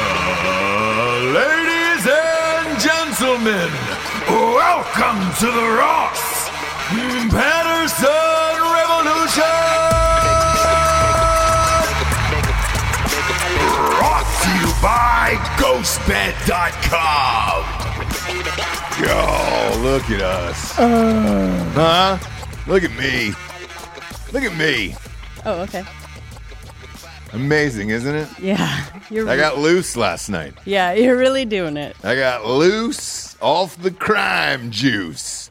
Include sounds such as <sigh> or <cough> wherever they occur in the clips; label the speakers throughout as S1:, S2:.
S1: Uh, ladies and gentlemen, welcome to the Ross Patterson Revolution! Brought to you by GhostBed.com. Yo, look at us. Huh? Look at me. Look at me.
S2: Oh, okay.
S1: Amazing, isn't it?
S2: Yeah, you're.
S1: I got loose last night.
S2: yeah, you're really doing it.
S1: I got loose off the crime juice.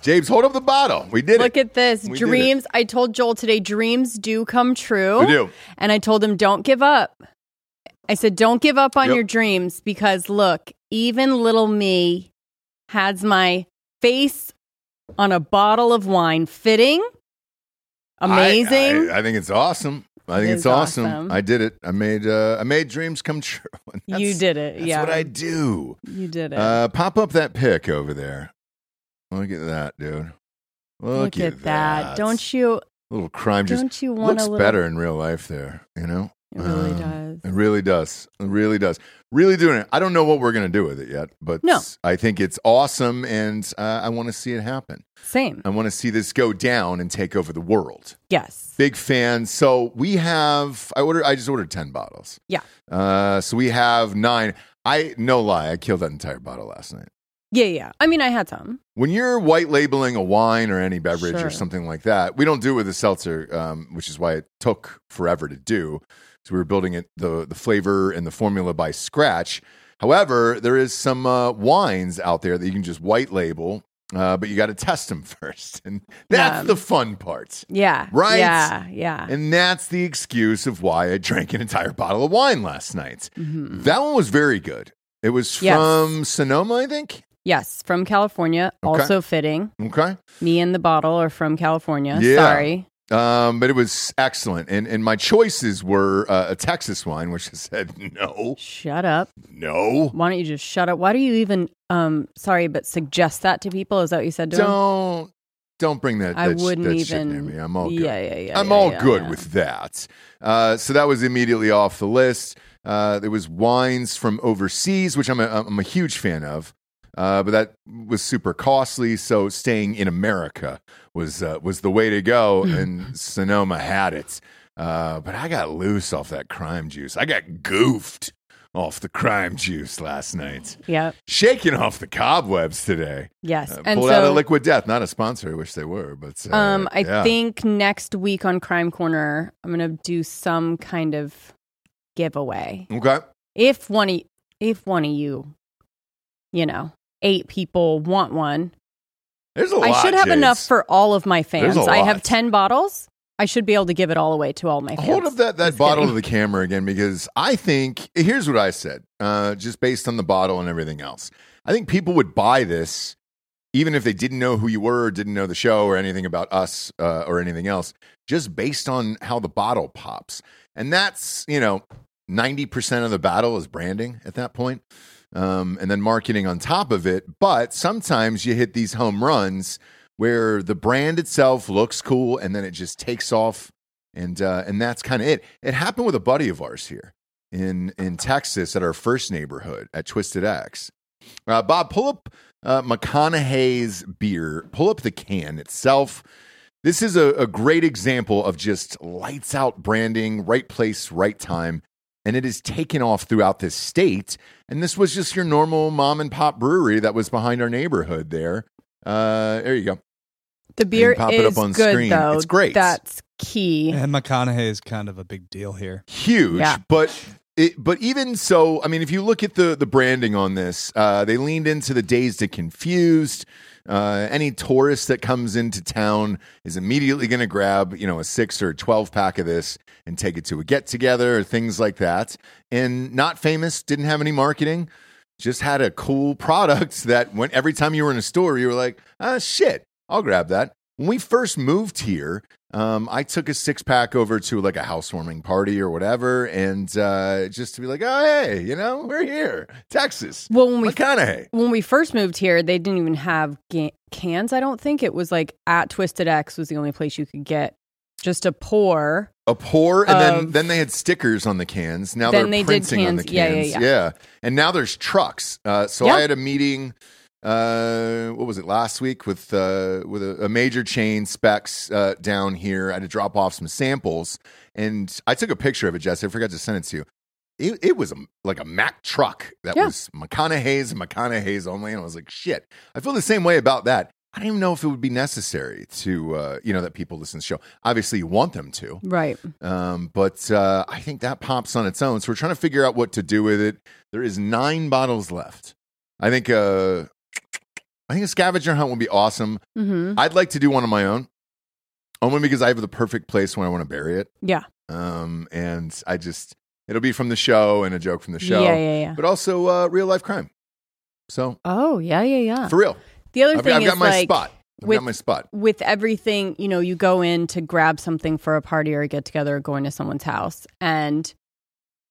S1: James, hold up the bottle. We did
S2: Look
S1: it.
S2: at this.
S1: We did it.
S2: dreams. I told Joel today, dreams do come true.
S1: We do.
S2: And I told him, don't give up. I said, don't give up on
S1: Yep.
S2: your dreams because look, even little me has my face on a bottle of wine. Fitting, amazing.
S1: I, I, I think it's awesome. I think
S2: It
S1: it's
S2: is
S1: awesome.
S2: awesome.
S1: I did it. I made uh, I made dreams come <laughs> true. And that's-
S2: you did it.
S1: That's
S2: yeah,
S1: what I do.
S2: you did it.
S1: Uh, pop up that pic over there. Look at that, dude. Look,
S2: at, that. Don't you?
S1: little crime juice
S2: Don't you want
S1: looks
S2: a little?
S1: better in real life? There, you know.
S2: It really
S1: Um,
S2: does.
S1: It really does. It really does. Really doing it. I don't know what we're going to do with it yet, but
S2: No.
S1: I think it's awesome and uh, I want to see it happen.
S2: Same.
S1: I want to see this go down and take over the world.
S2: Yes.
S1: Big fan. So we have I ordered I just ordered 10 bottles.
S2: Yeah.
S1: Uh so we have 9. I no lie, I killed that entire bottle last night.
S2: Yeah, yeah. I mean, I had some.
S1: When you're white labeling a wine or any beverage or
S2: Sure.
S1: something like that, we don't do it with a seltzer, um, which is why it took forever to do. So we were building it the the flavor and the formula by scratch. However, there is some uh, wines out there that you can just white label, uh, but you got to test them <laughs> first, and that's
S2: Um,
S1: the fun part.
S2: Yeah.
S1: Right?
S2: Yeah. Yeah.
S1: And that's the excuse of why I drank an entire bottle of wine last night.
S2: Mhm.
S1: That one was very good. It was
S2: Yes.
S1: from Sonoma, I think.
S2: Yes, from California.
S1: Okay.
S2: Also fitting.
S1: Okay.
S2: Me and the bottle are from California.
S1: Yeah.
S2: Sorry.
S1: Um, but it was excellent, and and my choices were uh, a Texas wine, which I said no,
S2: Shut up.
S1: no,
S2: Why don't you just shut up? Why do you even um sorry, but suggest that to people? Is that what you said to them?
S1: don't don't bring that.
S2: I
S1: that sh-
S2: wouldn't
S1: that shit
S2: even
S1: near me. I'm all good.
S2: Yeah, yeah, yeah.
S1: I'm
S2: yeah,
S1: all
S2: yeah,
S1: good
S2: yeah.
S1: with that. Uh, so that was immediately off the list. Uh, there was wines from overseas, which I'm a, I'm a huge fan of, uh, but that was super costly. So staying in America was uh, was the way to
S2: <laughs>
S1: go, and Sonoma had it. Uh, but I got loose off that crime juice. I got goofed off the crime juice last night.
S2: Yep.
S1: Shaking off the cobwebs today.
S2: Yes.
S1: Uh,
S2: and
S1: pulled out a
S2: so
S1: Liquid Death, not a sponsor. I wish they were, but uh,
S2: um I
S1: yeah.
S2: think next week on Crime Corner I'm gonna do some kind of giveaway.
S1: okay.
S2: if one of if one of you, you know, eight people want one,
S1: There's a lot.
S2: I should have
S1: James.
S2: enough for all of my fans.
S1: There's a
S2: I
S1: lot.
S2: have ten bottles. I should be able to give it all away to all my fans.
S1: Hold up that, that
S2: Just
S1: bottle to
S2: kidding.
S1: the camera again because I think here's what I said, uh, just based on the bottle and everything else. I think people would buy this even if they didn't know who you were, or didn't know the show or anything about us uh, or anything else, just based on how the bottle pops. And that's, you know, 90% of the battle is branding at that point. Um, and then marketing on top of it. But sometimes you hit these home runs where the brand itself looks cool and then it just takes off and uh, and that's kind of it. It happened with a buddy of ours here in in Texas at our first neighborhood at Twisted X. Uh, Bob, pull up uh, McConaughey's beer. Pull up the can itself. This is a, a great example of just lights out branding, right place, right time. And it is taken off throughout this state. And this was just your normal mom and pop brewery that was behind our neighborhood there. Uh, there you go.
S2: The beer
S1: pop
S2: is
S1: it up on
S2: good
S1: screen.
S2: though.
S1: It's great.
S2: That's key.
S3: And McConaughey is kind of a big deal here.
S1: huge
S2: Yeah.
S1: but it, but even so i mean if you look at the the branding on this uh they leaned into the days to confused uh any tourist that comes into town is immediately going to grab you know a 6 or 12 pack of this and take it to a get together or things like that and not famous didn't have any marketing just had a cool product <laughs> that when every time you were in a store, you were like, ah, shit, I'll grab that. When we first moved here, um, I took a six pack over to like a housewarming party or whatever, and uh, just to be like, oh hey, you know, we're here, Texas,
S2: Well, when we
S1: McConaughey.
S2: when we first moved here, they didn't even have ga- cans. I don't think it was like at Twisted X was the only place you could get just a pour.
S1: a pour, and then
S2: Of-
S1: then they had stickers on the cans. Now
S2: Then
S1: they're
S2: they did
S1: printing on the
S2: cans. Yeah, yeah,
S1: cans.
S2: yeah.
S1: and now there's trucks. Uh, so
S2: Yeah.
S1: I had a meeting. Uh, what was it last week with uh, with a, a major chain specs uh, down here? I had to drop off some samples, and I took a picture of it, Jess. I forgot to send it to you. It, it was a, like a Mack truck that
S2: Yeah.
S1: was McConaughey's and McConaughey's only, and I was like, shit. I feel the same way about that. I don't even know if it would be necessary to, uh, you know, that people listen to the show. Obviously, you want them to,
S2: Right.
S1: um, but uh, I think that pops on its own. So we're trying to figure out what to do with it. There is nine bottles left. I think. Uh, I think a scavenger hunt would be awesome.
S2: Mm-hmm.
S1: I'd like to do one on my own, only because I have the perfect place when I want to bury it.
S2: Yeah.
S1: Um, and I just it'll be from the show and a joke from the show,
S2: Yeah, yeah, yeah.
S1: but also uh, real life crime. So
S2: Oh, yeah, yeah, yeah.
S1: for real,
S2: the other
S1: I've,
S2: thing
S1: I've
S2: is
S1: got my
S2: like
S1: spot. I've
S2: with-
S1: got my spot.
S2: with everything, you know, you go in to grab something for a party or a get together or going to someone's house. And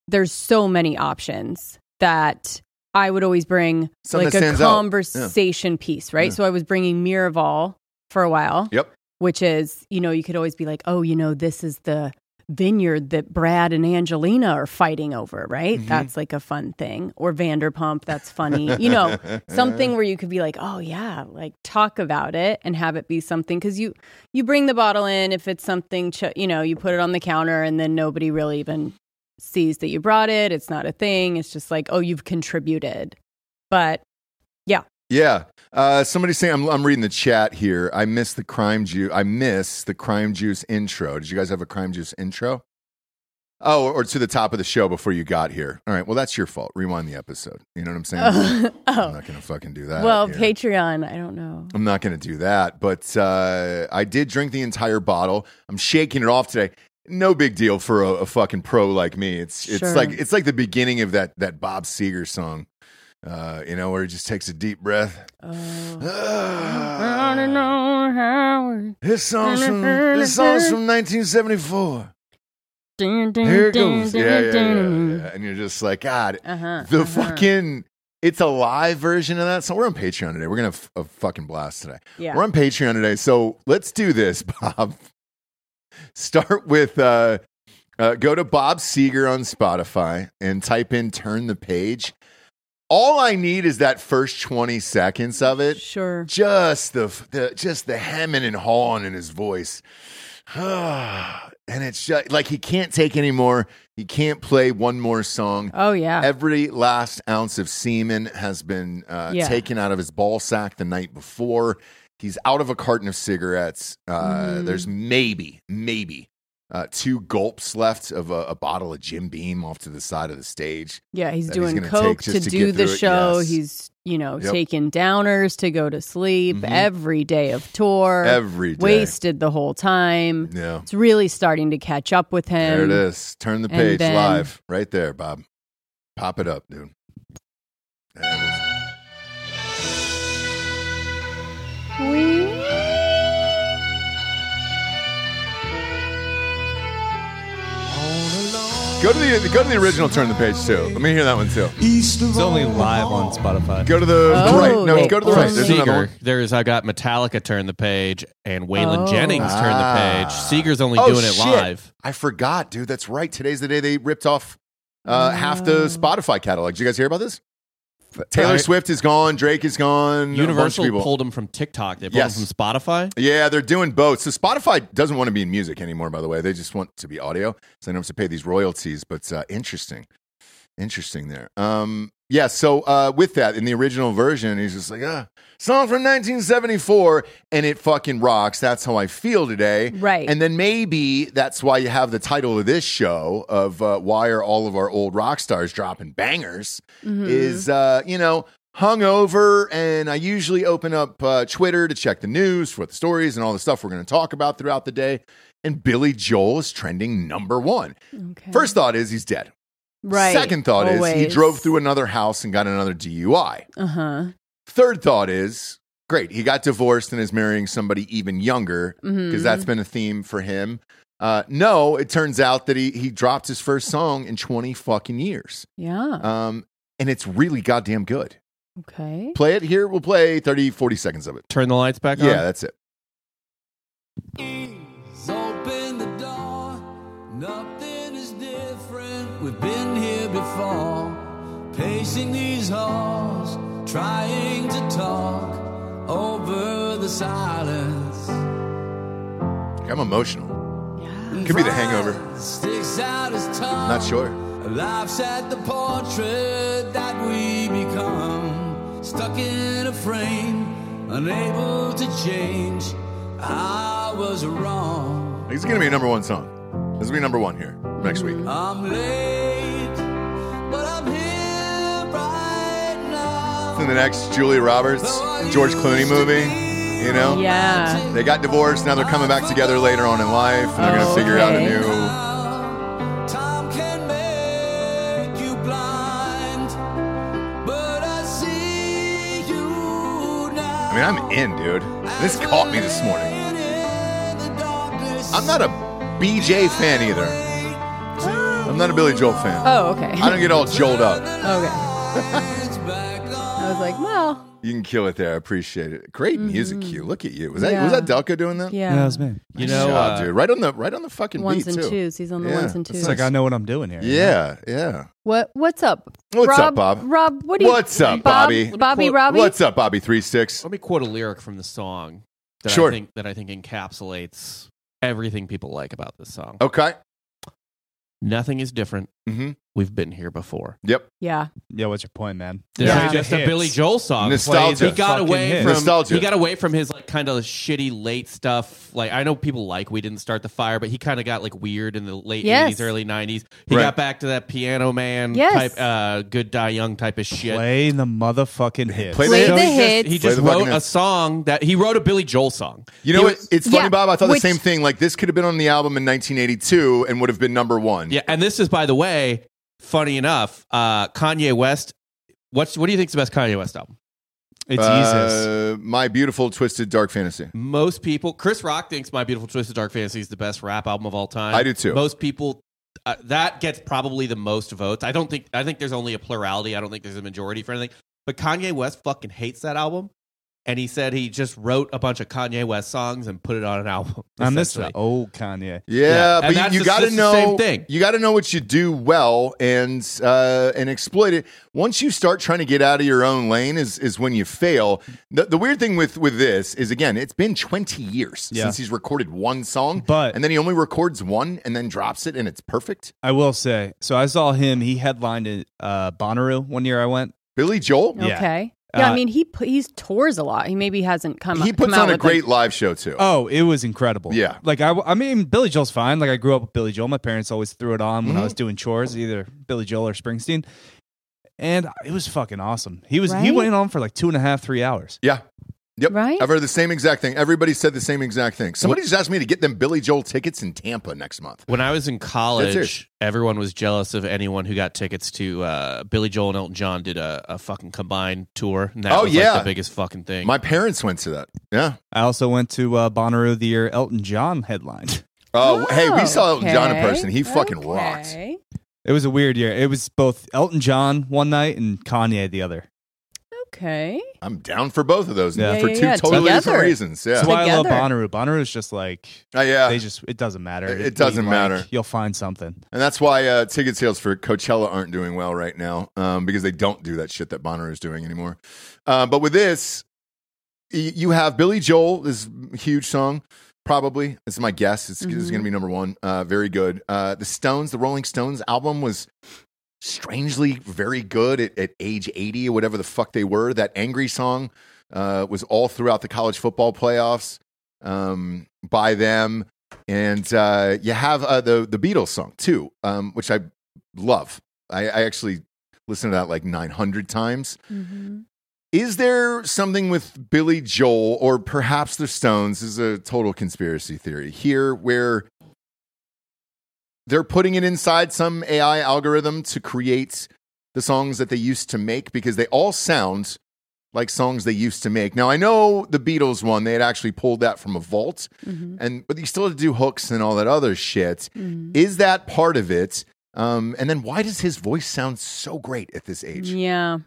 S2: there's so many options that I would always bring
S1: Something that
S2: like a
S1: stands out.
S2: conversation piece, right?
S1: Yeah.
S2: So I was bringing Miraval for a while.
S1: Yep.
S2: Which is, you know, you could always be like, oh, you know, this is the vineyard that Brad and Angelina are fighting over, right?
S1: Mhm.
S2: That's like a fun thing. Or Vanderpump, that's funny. you know,
S1: <laughs>
S2: something where you could be like oh yeah like talk about it and have it be something because you you bring the bottle in if it's something ch- you know you put it on the counter and then nobody really even sees that you brought it it's not a thing it's just like oh you've contributed
S1: <laughs>
S2: but
S1: Yeah. Uh, somebody's saying I'm, I'm reading the chat here. I miss the crime juice. I miss the crime juice intro. Did you guys have a crime juice intro? Oh, or, to the top of the show before you got here. All right. Well, that's your fault. Rewind the episode. You know what I'm saying?
S2: <laughs> oh,
S1: I'm not gonna fucking do that.
S2: well
S1: here.
S2: patreon i don't know
S1: I'm not gonna do that. But uh, I did drink the entire bottle. I'm shaking it off today. No big deal for a, a fucking pro like me. It's it's
S2: Sure.
S1: like it's like the beginning of that that Bob Seger song. Uh, you know, where he just takes a deep breath. Uh,
S2: oh. I don't
S1: this
S2: know how it-
S1: song's from this song's from 1974. Here it goes. Yeah, yeah, yeah, yeah. And you're just like, God,
S2: Uh-huh,
S1: the
S2: uh-huh.
S1: fucking. It's a live version of that. So we're on Patreon today. We're gonna have a fucking blast today.
S2: yeah.
S1: We're on Patreon today, so let's do this, <laughs> Bob. Start with uh, uh, go to Bob Seger on Spotify and type in "Turn the Page." All I need is that first twenty seconds of it
S2: sure
S1: just the, the just the hemming and hawing in his voice <sighs> and it's just, like he can't take anymore he can't play one more song
S2: oh yeah
S1: every last ounce of semen has been uh,
S2: Yeah.
S1: taken out of his ball sack the night before he's out of a carton of cigarettes uh,
S2: Mhm.
S1: there's maybe maybe uh, two gulps left of a, a bottle of jim beam off to the side of the stage
S2: Yeah, he's
S1: that he's
S2: doing
S1: gonna take
S2: coke
S1: just
S2: to
S1: to
S2: do
S1: get
S2: the
S1: through it,
S2: show.
S1: yes.
S2: He's, you know,
S1: Yep.
S2: taking downers to go to sleep
S1: Mhm.
S2: every day of tour.
S1: every day
S2: wasted the whole time.
S1: yeah
S2: It's really starting to catch up with him.
S1: There it is. Turn the
S2: and
S1: page
S2: then-
S1: live right there, Bob. Pop it up, dude. There it is. Go to the go to the original. Turn the page too. Let me hear that one too.
S4: East of
S3: It's only live on Spotify.
S1: Go to the, the
S2: Oh,
S1: right. No,
S2: they-
S1: go to the
S2: oh,
S1: right.
S2: they-
S1: There's another one.
S5: Seeger. There's I got Metallica turn the page and
S2: Oh.
S5: Waylon Jennings turn the page.
S1: Ah.
S5: Seeger's only
S1: Oh,
S5: doing it
S1: shit.
S5: live.
S1: I forgot, dude. That's right. Today's the day they ripped off uh, half the
S2: Oh.
S1: Spotify catalog. Did you guys hear about this? Taylor
S5: I-
S1: Swift is gone. Drake is gone. a bunch of
S5: Universal
S1: people.
S5: pulled him from TikTok. They pulled
S1: Yes.
S5: him from Spotify.
S1: Yeah, they're doing both. So Spotify doesn't want to be in music anymore, by the way. They just want to be audio. So they don't have to pay these royalties. But uh, interesting. Interesting there. Um, yeah, so uh, with that, in the original version, he's just like, ah, song from 1974, and it fucking rocks. That's how I feel today.
S2: Right.
S1: And then maybe that's why you have the title of this show of uh, why are all of our old rock stars dropping bangers
S2: Mhm.
S1: is uh, you know hungover, and I usually open up uh, Twitter to check the news for the stories and all the stuff we're going to talk about throughout the day. And Billy Joel is trending number one.
S2: okay.
S1: First thought is he's dead.
S2: right.
S1: Second thought is he
S2: Always.
S1: drove through another house and got another DUI.
S2: Uh-huh.
S1: Third thought is great. He got divorced and is marrying somebody even younger
S2: Mhm.
S1: because that's been a theme for him. Uh, no, it turns out that he he dropped his first song in twenty fucking years,
S2: Yeah.
S1: um, and it's really goddamn good.
S2: Okay.
S1: Play it here. We'll play 30, 40 seconds of it.
S5: Turn the lights back on.
S1: Yeah, that's it.
S4: East of open the door. Nothing is different. We've been here before. Pacing these halls, trying to talk over the silence.
S1: I'm emotional.
S2: Yeah.
S1: Could be the hangover.
S4: Sticks out his tongue.
S1: Not sure.
S4: Laughs at the portrait that we become. Stuck in a frame, unable to change. I was wrong.
S1: It's gonna be a number one song. This will be number one here next week.
S2: Mm.
S4: I'm late, but I'm here right now.
S1: In the next Julia Roberts, George Clooney movie, you know,
S2: Yeah.
S1: they got divorced. Now they're coming back together later on in life, and they're gonna
S2: Oh,
S1: figure out a
S2: okay.
S1: new.
S4: Now, time can make you blind, but I see you now.
S1: I mean, I'm in, dude. This caught me this morning. I'm not a BJ fan either. I'm not a Billy Joel fan.
S2: Oh, okay.
S1: I don't get all jolted up.
S2: <laughs> okay.
S4: I
S2: I was like, well,
S1: You can kill it there. I appreciate it. Great music cue. Look at you. Was that
S2: Mm-hmm. Yeah.
S1: was that Delco doing that?
S2: yeah.
S3: Yeah, that was me.
S5: You
S1: Nice
S5: know,
S1: job,
S5: uh,
S1: dude. Right on the right on the fucking
S2: Ones
S1: beat
S2: and
S1: too.
S2: twos. He's on the
S1: Yeah,
S2: ones and
S1: that's
S2: twos.
S3: It's like I know what I'm doing here.
S1: Yeah, yeah.
S2: What what's up?
S1: What's
S2: Rob,
S1: up, Bob?
S2: Rob, what do you
S1: What's up,
S2: Bob-
S1: Bobby?
S2: Bobby
S5: Quote-
S2: Robbie?
S1: What's up, Bobby Three Six?
S5: let me quote a lyric from the song that
S1: Sure.
S5: I think that I think encapsulates everything people like about this song.
S1: Okay.
S5: Nothing is different.
S1: Mm-hmm.
S5: We've been here before.
S1: Yep.
S2: yeah.
S3: Yeah, what's your point, man?
S5: This
S2: Yeah.
S5: is
S3: Play
S5: just
S3: the
S5: a
S3: hits.
S5: Billy Joel
S3: Uh,
S5: song.
S1: Nostalgia.
S5: He got
S3: Fucking
S5: away
S3: hits.
S5: from
S1: Nostalgia.
S5: He got away from his like kind of shitty late stuff. Like I know people like we didn't start the fire, but he kind of got like weird in the late
S2: Yes.
S5: eighties, early nineties. He
S1: Right.
S5: got back to that piano man
S2: Yes.
S5: type, uh, good die young type of shit.
S3: Play the motherfucking hits.
S1: Play the
S2: Play
S1: hits.
S5: So
S2: the
S5: he just,
S2: hits.
S5: he
S1: Play
S5: just
S1: the fucking
S5: wrote a
S1: hits.
S5: song that he wrote a Billy Joel song.
S1: You know,
S5: He
S1: what?
S5: was-
S1: it's funny,
S2: yeah,
S1: Bob. I thought
S2: which-
S1: the same thing. Like this could have been on the album in 1982 and would have been number one.
S5: Yeah, and this is, by the way, funny enough, uh, Kanye West. What's what do you think's the best Kanye West album?
S3: It's Jesus.
S1: Uh, My beautiful twisted dark fantasy.
S5: Most people, Chris Rock thinks "My Beautiful Twisted Dark Fantasy" is the best rap album of all time.
S1: I do too.
S5: Most people, uh, that gets probably the most votes. I don't think. I think there's only a plurality. I don't think there's a majority for anything. But Kanye West fucking hates that album, and he said he just wrote a bunch of Kanye West songs and put it on an album. <laughs>
S3: I'm this
S5: essentially.
S3: old Kanye.
S5: Yeah,
S1: Yeah,
S5: and
S1: but
S5: that's
S1: you,
S5: the-
S1: got to
S5: that's the
S1: know
S5: same thing.
S1: You got to know what you do well and uh, and exploit it. Once you start trying to get out of your own lane, is is when you fail. The, the weird thing with with this is again, it's been twenty years
S3: Yeah.
S1: since he's recorded one song,
S3: But-
S1: and then he only records one and then drops it, and it's perfect.
S3: I will say. So I saw him. He headlined at uh, Bonnaroo one year I went.
S1: Billy Joel,
S3: Yeah.
S2: Okay. Yeah, I
S3: Uh,
S2: mean he pu- he's tours a lot. He maybe hasn't come
S1: he puts
S2: come out
S1: on a
S2: with
S1: great live show too.
S3: Oh, it was incredible.
S1: Yeah.
S3: Like I, I mean, Billy Joel's fine. Like I grew up with Billy Joel. My parents always threw it on when
S1: Mm-hmm.
S3: I was doing chores, either Billy Joel or Springsteen. And it was fucking awesome. He was he
S2: Right?
S3: went on for like two and a half, three hours.
S1: yeah. Yep.
S2: Right?
S1: I've heard the same exact thing. Everybody said the same exact thing. Somebody just asked me to get them Billy Joel tickets in Tampa next month.
S5: When I was in
S1: serious.
S5: college, everyone was jealous of anyone who got tickets to uh, Billy Joel and Elton John did a, a fucking combined tour. And that
S1: Oh,
S5: was
S1: yeah.
S5: like the biggest fucking thing.
S1: My parents went to that. Yeah.
S3: I also went to uh, Bonnaroo the year Elton John headlined. <laughs>
S1: Oh, hey, we saw Elton John in
S2: okay,
S1: person. He fucking
S2: okay.
S1: rocks.
S3: It was a weird year. It was both Elton John one night and Kanye the other.
S2: Okay.
S1: I'm down for both of those
S3: Yeah.
S1: for
S2: Yeah,
S1: two
S2: yeah,
S1: totally different
S2: together.
S1: reasons. Yeah,
S3: That's why I love
S2: Together.
S3: Bonnaroo. Bonnaroo is just like
S1: Uh, yeah,
S3: they just it doesn't matter.
S1: It- it
S3: What you
S1: doesn't matter.
S3: You'll find something.
S1: and that's why uh, ticket sales for Coachella aren't doing well right now um, because they don't do that shit that Bonner is doing anymore. Uh, but with this, y- you have Billy Joel, this huge song. Probably, this is my guess. It's,
S2: Mhm.
S1: going to be number one. Uh, very good. Uh, the Stones, the Rolling Stones album was strangely very good at, at age 80 or whatever the fuck they were. That angry song uh, was all throughout the college football playoffs um, by them. And uh, you have uh, the, the Beatles song too, um, which I love. I, I actually listened to that like 900 times.
S2: Mhm.
S1: Is there something with Billy Joel or perhaps the Stones? This is a total conspiracy theory here where they're putting it inside some AI algorithm to create the songs that they used to make because they all sound like songs they used to make. Now I know the Beatles one, they had actually pulled that from a vault
S2: Mhm.
S1: and but you still had to do hooks and all that other shit.
S2: Mhm.
S1: Is that part of it? Um, and then why does his voice sound so great at this age?
S2: Yeah.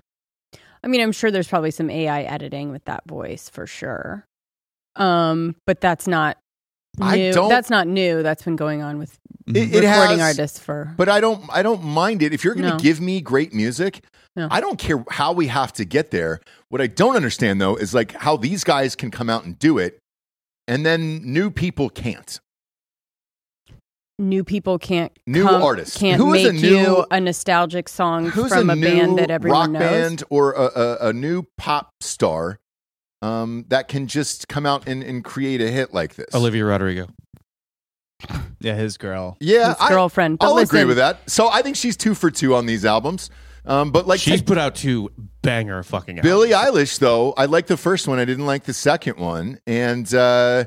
S2: I mean, I'm sure there's probably some AI editing with that voice for sure. Um, but that's not
S1: I
S2: New-
S1: don't-
S2: That's not new. That's been going on with
S1: It, it
S2: recording
S1: has,
S2: artists for.
S1: but I don't. I don't mind it if you're going to
S2: No.
S1: give me great music.
S2: No.
S1: I don't care how we have to get there. What I don't understand though is like how these guys can come out and do it, and then new people can't.
S2: new people can't
S1: New
S2: come-
S1: artists.
S2: can't
S1: Who is
S2: make
S1: a new-
S2: you a nostalgic song
S1: Who's
S2: from
S1: a,
S2: a,
S1: new
S2: band
S1: rock
S2: that everyone knows.
S1: band or a, a, a new pop star um, that can just come out and, and create a hit like this?
S5: Olivia Rodrigo.
S3: Yeah, his girl.
S1: Yeah,
S2: His
S1: I,
S2: girlfriend. But
S1: I'll
S2: listen,
S1: agree with that. So I think she's two for two on these albums. Um, but like
S5: She's put out two banger fucking albums.
S1: Billie Eilish, though, I liked the first one. I didn't like the second one, and uh,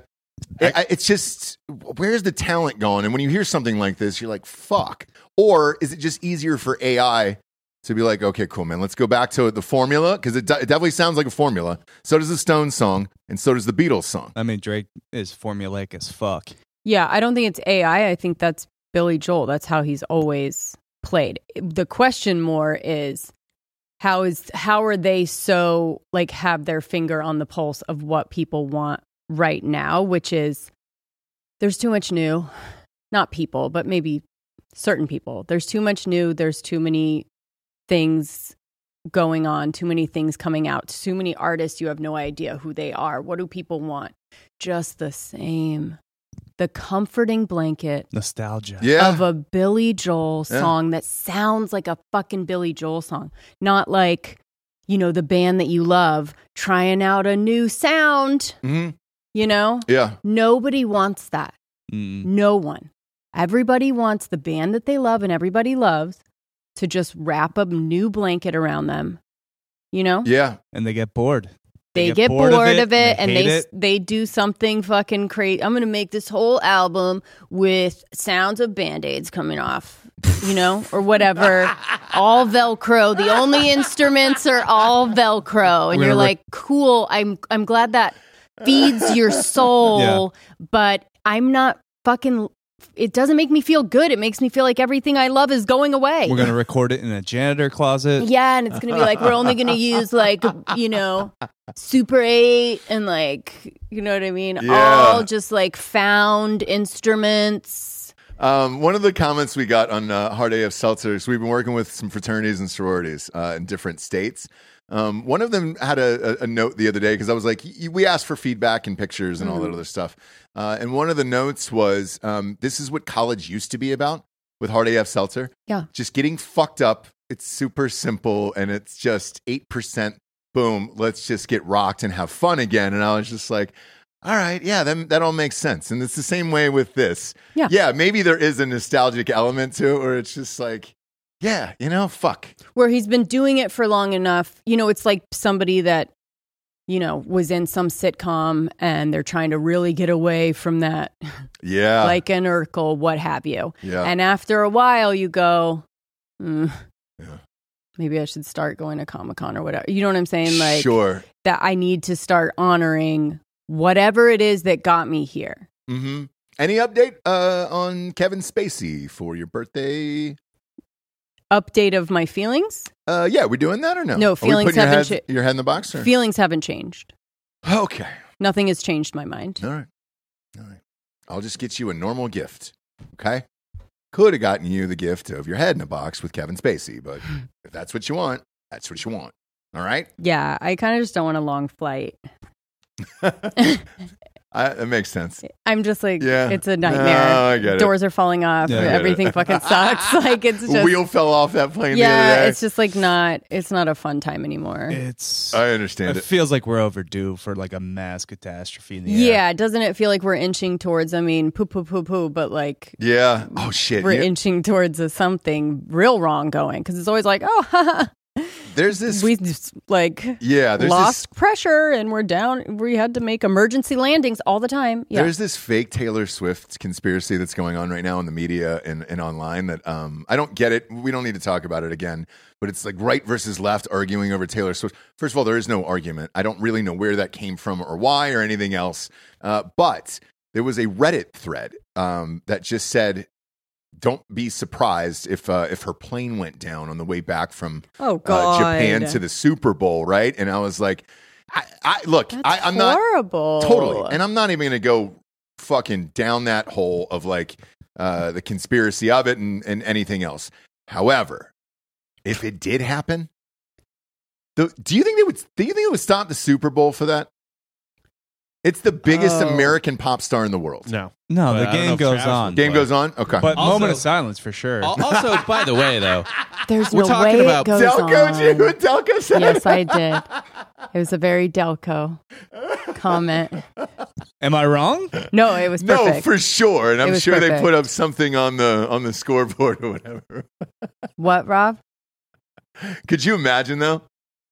S1: I, I- it's just where's the talent going? And when you hear something like this, you're like, "Fuck!" Or is it just easier for AI to be like, "Okay, cool, man, let's go back to the formula because it, de- it definitely sounds like a formula." So does the Stones song, and so does the Beatles song.
S3: I mean, Drake is formulaic as fuck.
S2: Yeah, I don't think it's AI. I think that's Billy Joel. That's how he's always played. The question more is how is how are they so like have their finger on the pulse of what people want right now, which is there's too much new. Not people, but maybe certain people. There's too much new, there's too many things going on, too many things coming out, too many artists you have no idea who they are. What do people want? Just the same the comforting blanket
S3: Nostalgia.
S1: Yeah,
S2: of uh, a Billy Joel
S1: Yeah.
S2: song that sounds like a fucking Billy Joel song, not like, you know, the band that you love trying out a new sound,
S1: Mhm.
S2: you know?
S1: yeah.
S2: Nobody wants that.
S3: Mm.
S2: No one. Everybody wants the band that they love and everybody loves to just wrap a new blanket around them. You know?
S1: Yeah,
S3: And they get bored.
S2: they, get, bored, of it, and they
S3: hate
S2: s they do something fucking crazy. I'm gonna make this whole album with sounds of band aids coming off, you know, or <laughs> whatever. all Velcro. The only instruments are all Velcro, and
S3: We're
S2: you're
S3: gonna re-
S2: like, cool. I'm I'm glad that feeds <laughs> your soul, but I'm not fucking. It doesn't make me feel good. It makes me feel like everything I love is going away.
S3: We're gonna record it in a janitor closet.
S2: Yeah, and it's gonna be like we're only gonna use like you know Super Eight and like you know what I mean.
S1: Yeah.
S2: All just like found instruments.
S1: Um, one of the comments we got on uh, Hard AF Seltzers, we've been working with some fraternities and sororities uh, in different states. Um, one of them had a, a, a note the other day because I was like, y- we asked for feedback and pictures and all that other stuff. Uh, and one of the notes was, um, this is what college used to be about with Hard AF Seltzer.
S2: Yeah.
S1: Just getting fucked up. It's super simple and it's just 8%. Boom. Let's just get rocked and have fun again. And I was just like, all right, yeah, that, that all makes sense. And it's the same way with this.
S2: Yeah.
S1: Yeah, maybe there is a nostalgic element to it where it's just like, yeah, you know, fuck.
S2: where he's been doing it for long enough. You know, it's like somebody that, you know, was in some sitcom and they're trying to really get away from that,
S1: Yeah.
S2: like an Urkel, what have you.
S1: yeah.
S2: And after a while, you go, "Hmm,
S1: Yeah.
S2: maybe I should start going to Comic Con or whatever. You know what I'm saying? Like,
S1: sure.
S2: that I need to start honoring whatever it is that got me here.
S1: hmm Any update uh, on Kevin Spacey for your birthday?
S2: Update of my feelings.
S1: Uh, yeah, we doing that or no?
S2: No,
S1: Are we
S2: feelings
S1: putting your head,
S2: haven't cha-
S1: your head in the box? Or?
S2: Feelings haven't changed.
S1: okay.
S2: Nothing has changed my mind.
S1: All right. All right. I'll just get you a normal gift. Okay. Could have gotten you the gift of your head in a box with Kevin Spacey,
S2: <gasps>
S1: but if that's what you want, that's what you want. All
S2: <laughs>
S1: right. <laughs>
S2: Yeah, I kind of just don't want a long flight. <laughs>
S1: I, that makes sense.
S2: I'm just like,
S1: Yeah.
S2: it's a
S1: No, I
S2: nightmare.
S1: get it.
S2: Doors are falling off.
S3: Yeah, I get it.
S2: everything
S1: <laughs>
S2: fucking sucks. like it's just,
S1: Wheel fell off that plane the other
S2: yeah,
S1: day.
S2: it's just like not, it's not a fun time anymore.
S3: It's.
S1: I
S3: it
S1: understand it.
S3: feels like we're overdue for like a mass catastrophe. In the
S2: yeah.
S3: air.
S2: doesn't it feel like we're inching towards? I mean, poo poo poo poo, but like
S1: Yeah. Oh shit.
S2: we're
S1: You-
S2: inching towards a something real wrong going because it's always like, oh, <laughs>
S1: there's this.
S2: we just like
S1: yeah. There's
S2: lost pressure and we're down. We had to make emergency landings all the time.
S1: This,
S2: Yeah,
S1: There's this fake Taylor Swift conspiracy that's going on right now in the media and, and online that um I don't get it. We don't need to talk about it again. But it's like right versus left arguing over Taylor Swift. First of all, there is no argument. I don't really know where that came from or why or anything else. Uh, but there was a Reddit thread um, that just said, "Don't be surprised if uh, if her plane went down on the way back from
S2: oh
S1: uh,
S2: god,
S1: Japan to the Super Bowl, right? And I was like, I, I look,
S2: That's
S1: I, I'm
S2: horrible.
S1: not
S2: Oh.
S1: totally, and I'm not even going to go fucking down that hole of like uh, the conspiracy of it and, and anything else. However, if it did happen, the, do you think they would? Do you think it would stop the Super Bowl for that? It's the biggest
S2: Oh.
S1: American pop star in the world.
S5: No.
S3: No, the
S5: But I don't know
S3: game
S5: if
S3: goes
S5: Travis would
S3: on.
S1: Game goes on. Okay.
S3: But
S5: Also-
S3: moment of silence for sure.
S5: Al- Also, by the way, though,
S2: There's
S5: We're
S2: no
S5: talking
S2: way
S5: about
S2: it goes
S1: Delco, do you
S2: on.
S1: know what Delco said?
S2: Yes,
S1: <laughs>
S2: I did. It was a very Delco comment.
S3: Am I wrong?
S2: No, it
S1: <laughs>
S2: was
S1: No,
S2: perfect.
S1: for sure, and
S2: It
S1: I'm
S2: was
S1: sure they
S2: perfect.
S1: put up something on the on the scoreboard or whatever.
S2: what, Rob?
S1: Could you imagine though?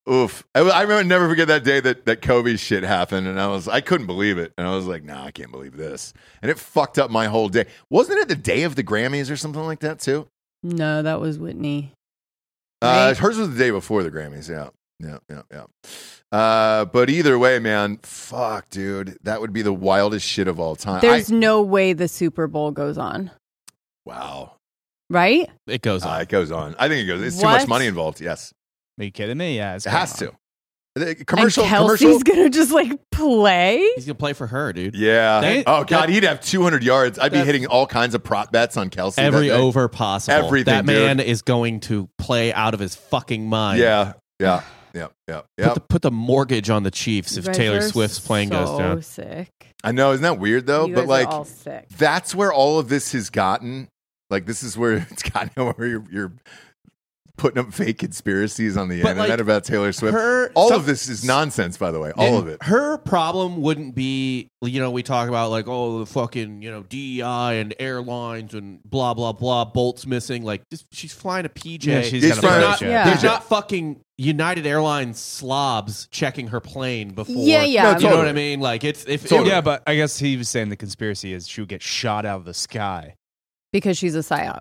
S1: Oof! I, I remember never forget that day that that Kobe shit happened, and I was I couldn't believe it, and I was like, Nah, I can't believe this, and it fucked up my whole day. Wasn't it the day of the Grammys or something like that too?
S2: No, that was Whitney.
S1: Uh,
S2: Right.
S1: hers was the day before the Grammys. Yeah, yeah, yeah, yeah. Uh, but either way, man, fuck, dude, that would be the wildest shit of all time. I,
S2: There's no way the Super Bowl goes on,
S1: wow,
S2: right?
S5: it goes
S1: <laughs> uh,
S5: on.
S1: it goes on. I think it goes. It's too much
S2: What?
S1: money involved. Yes,
S3: Are you kidding me? Yeah, it's
S1: it has
S3: going
S1: to. The commercial,
S2: and Kelsey's
S1: commercial.
S2: gonna just like play.
S5: He's gonna play for her, dude.
S1: Yeah.
S5: That-
S1: oh God,
S5: that-
S1: he'd have 200 yards. I'd be
S5: that-
S1: hitting all kinds of prop bets on Kelsey. that
S5: Every
S1: day.
S5: over possible.
S1: Everything,
S5: That
S1: dude.
S5: man is going to play out of his fucking mind.
S1: Yeah. Yeah. Yeah. Yeah.
S5: Put
S1: Yeah.
S5: the, put the mortgage on the Chiefs if
S2: You guys
S5: Taylor
S2: are
S5: Swift's playing goes
S2: so
S5: down.
S2: Sick.
S1: I know. Isn't that weird though?
S2: You
S1: but
S2: guys are
S1: like,
S2: all sick.
S1: that's where all of this has gotten. Like, this is where <laughs> it's gotten where you're, you're putting up fake conspiracies on the
S5: But,
S1: internet
S5: like,
S1: about Taylor Swift.
S5: her-
S1: all
S5: some-
S1: of this is nonsense, by the way. All
S5: And
S1: of it.
S5: Her problem wouldn't be, you know, we talk about like, oh, the fucking, you know, DEI and airlines and blah blah blah. Bolts missing. Like, this, she's flying a PJ.
S3: Yeah, she's
S1: It's
S3: got
S1: fine.
S3: a
S5: not,
S3: PJ.
S2: Yeah.
S5: There's not fucking United Airlines slobs checking her plane before.
S2: Yeah, yeah.
S1: No,
S2: I mean,
S5: You know what
S1: Totally.
S5: I mean? Like, it's if
S1: Totally.
S5: it,
S3: Yeah, but I guess he was saying the conspiracy is she would get shot out of the sky.
S2: because she's a psyop.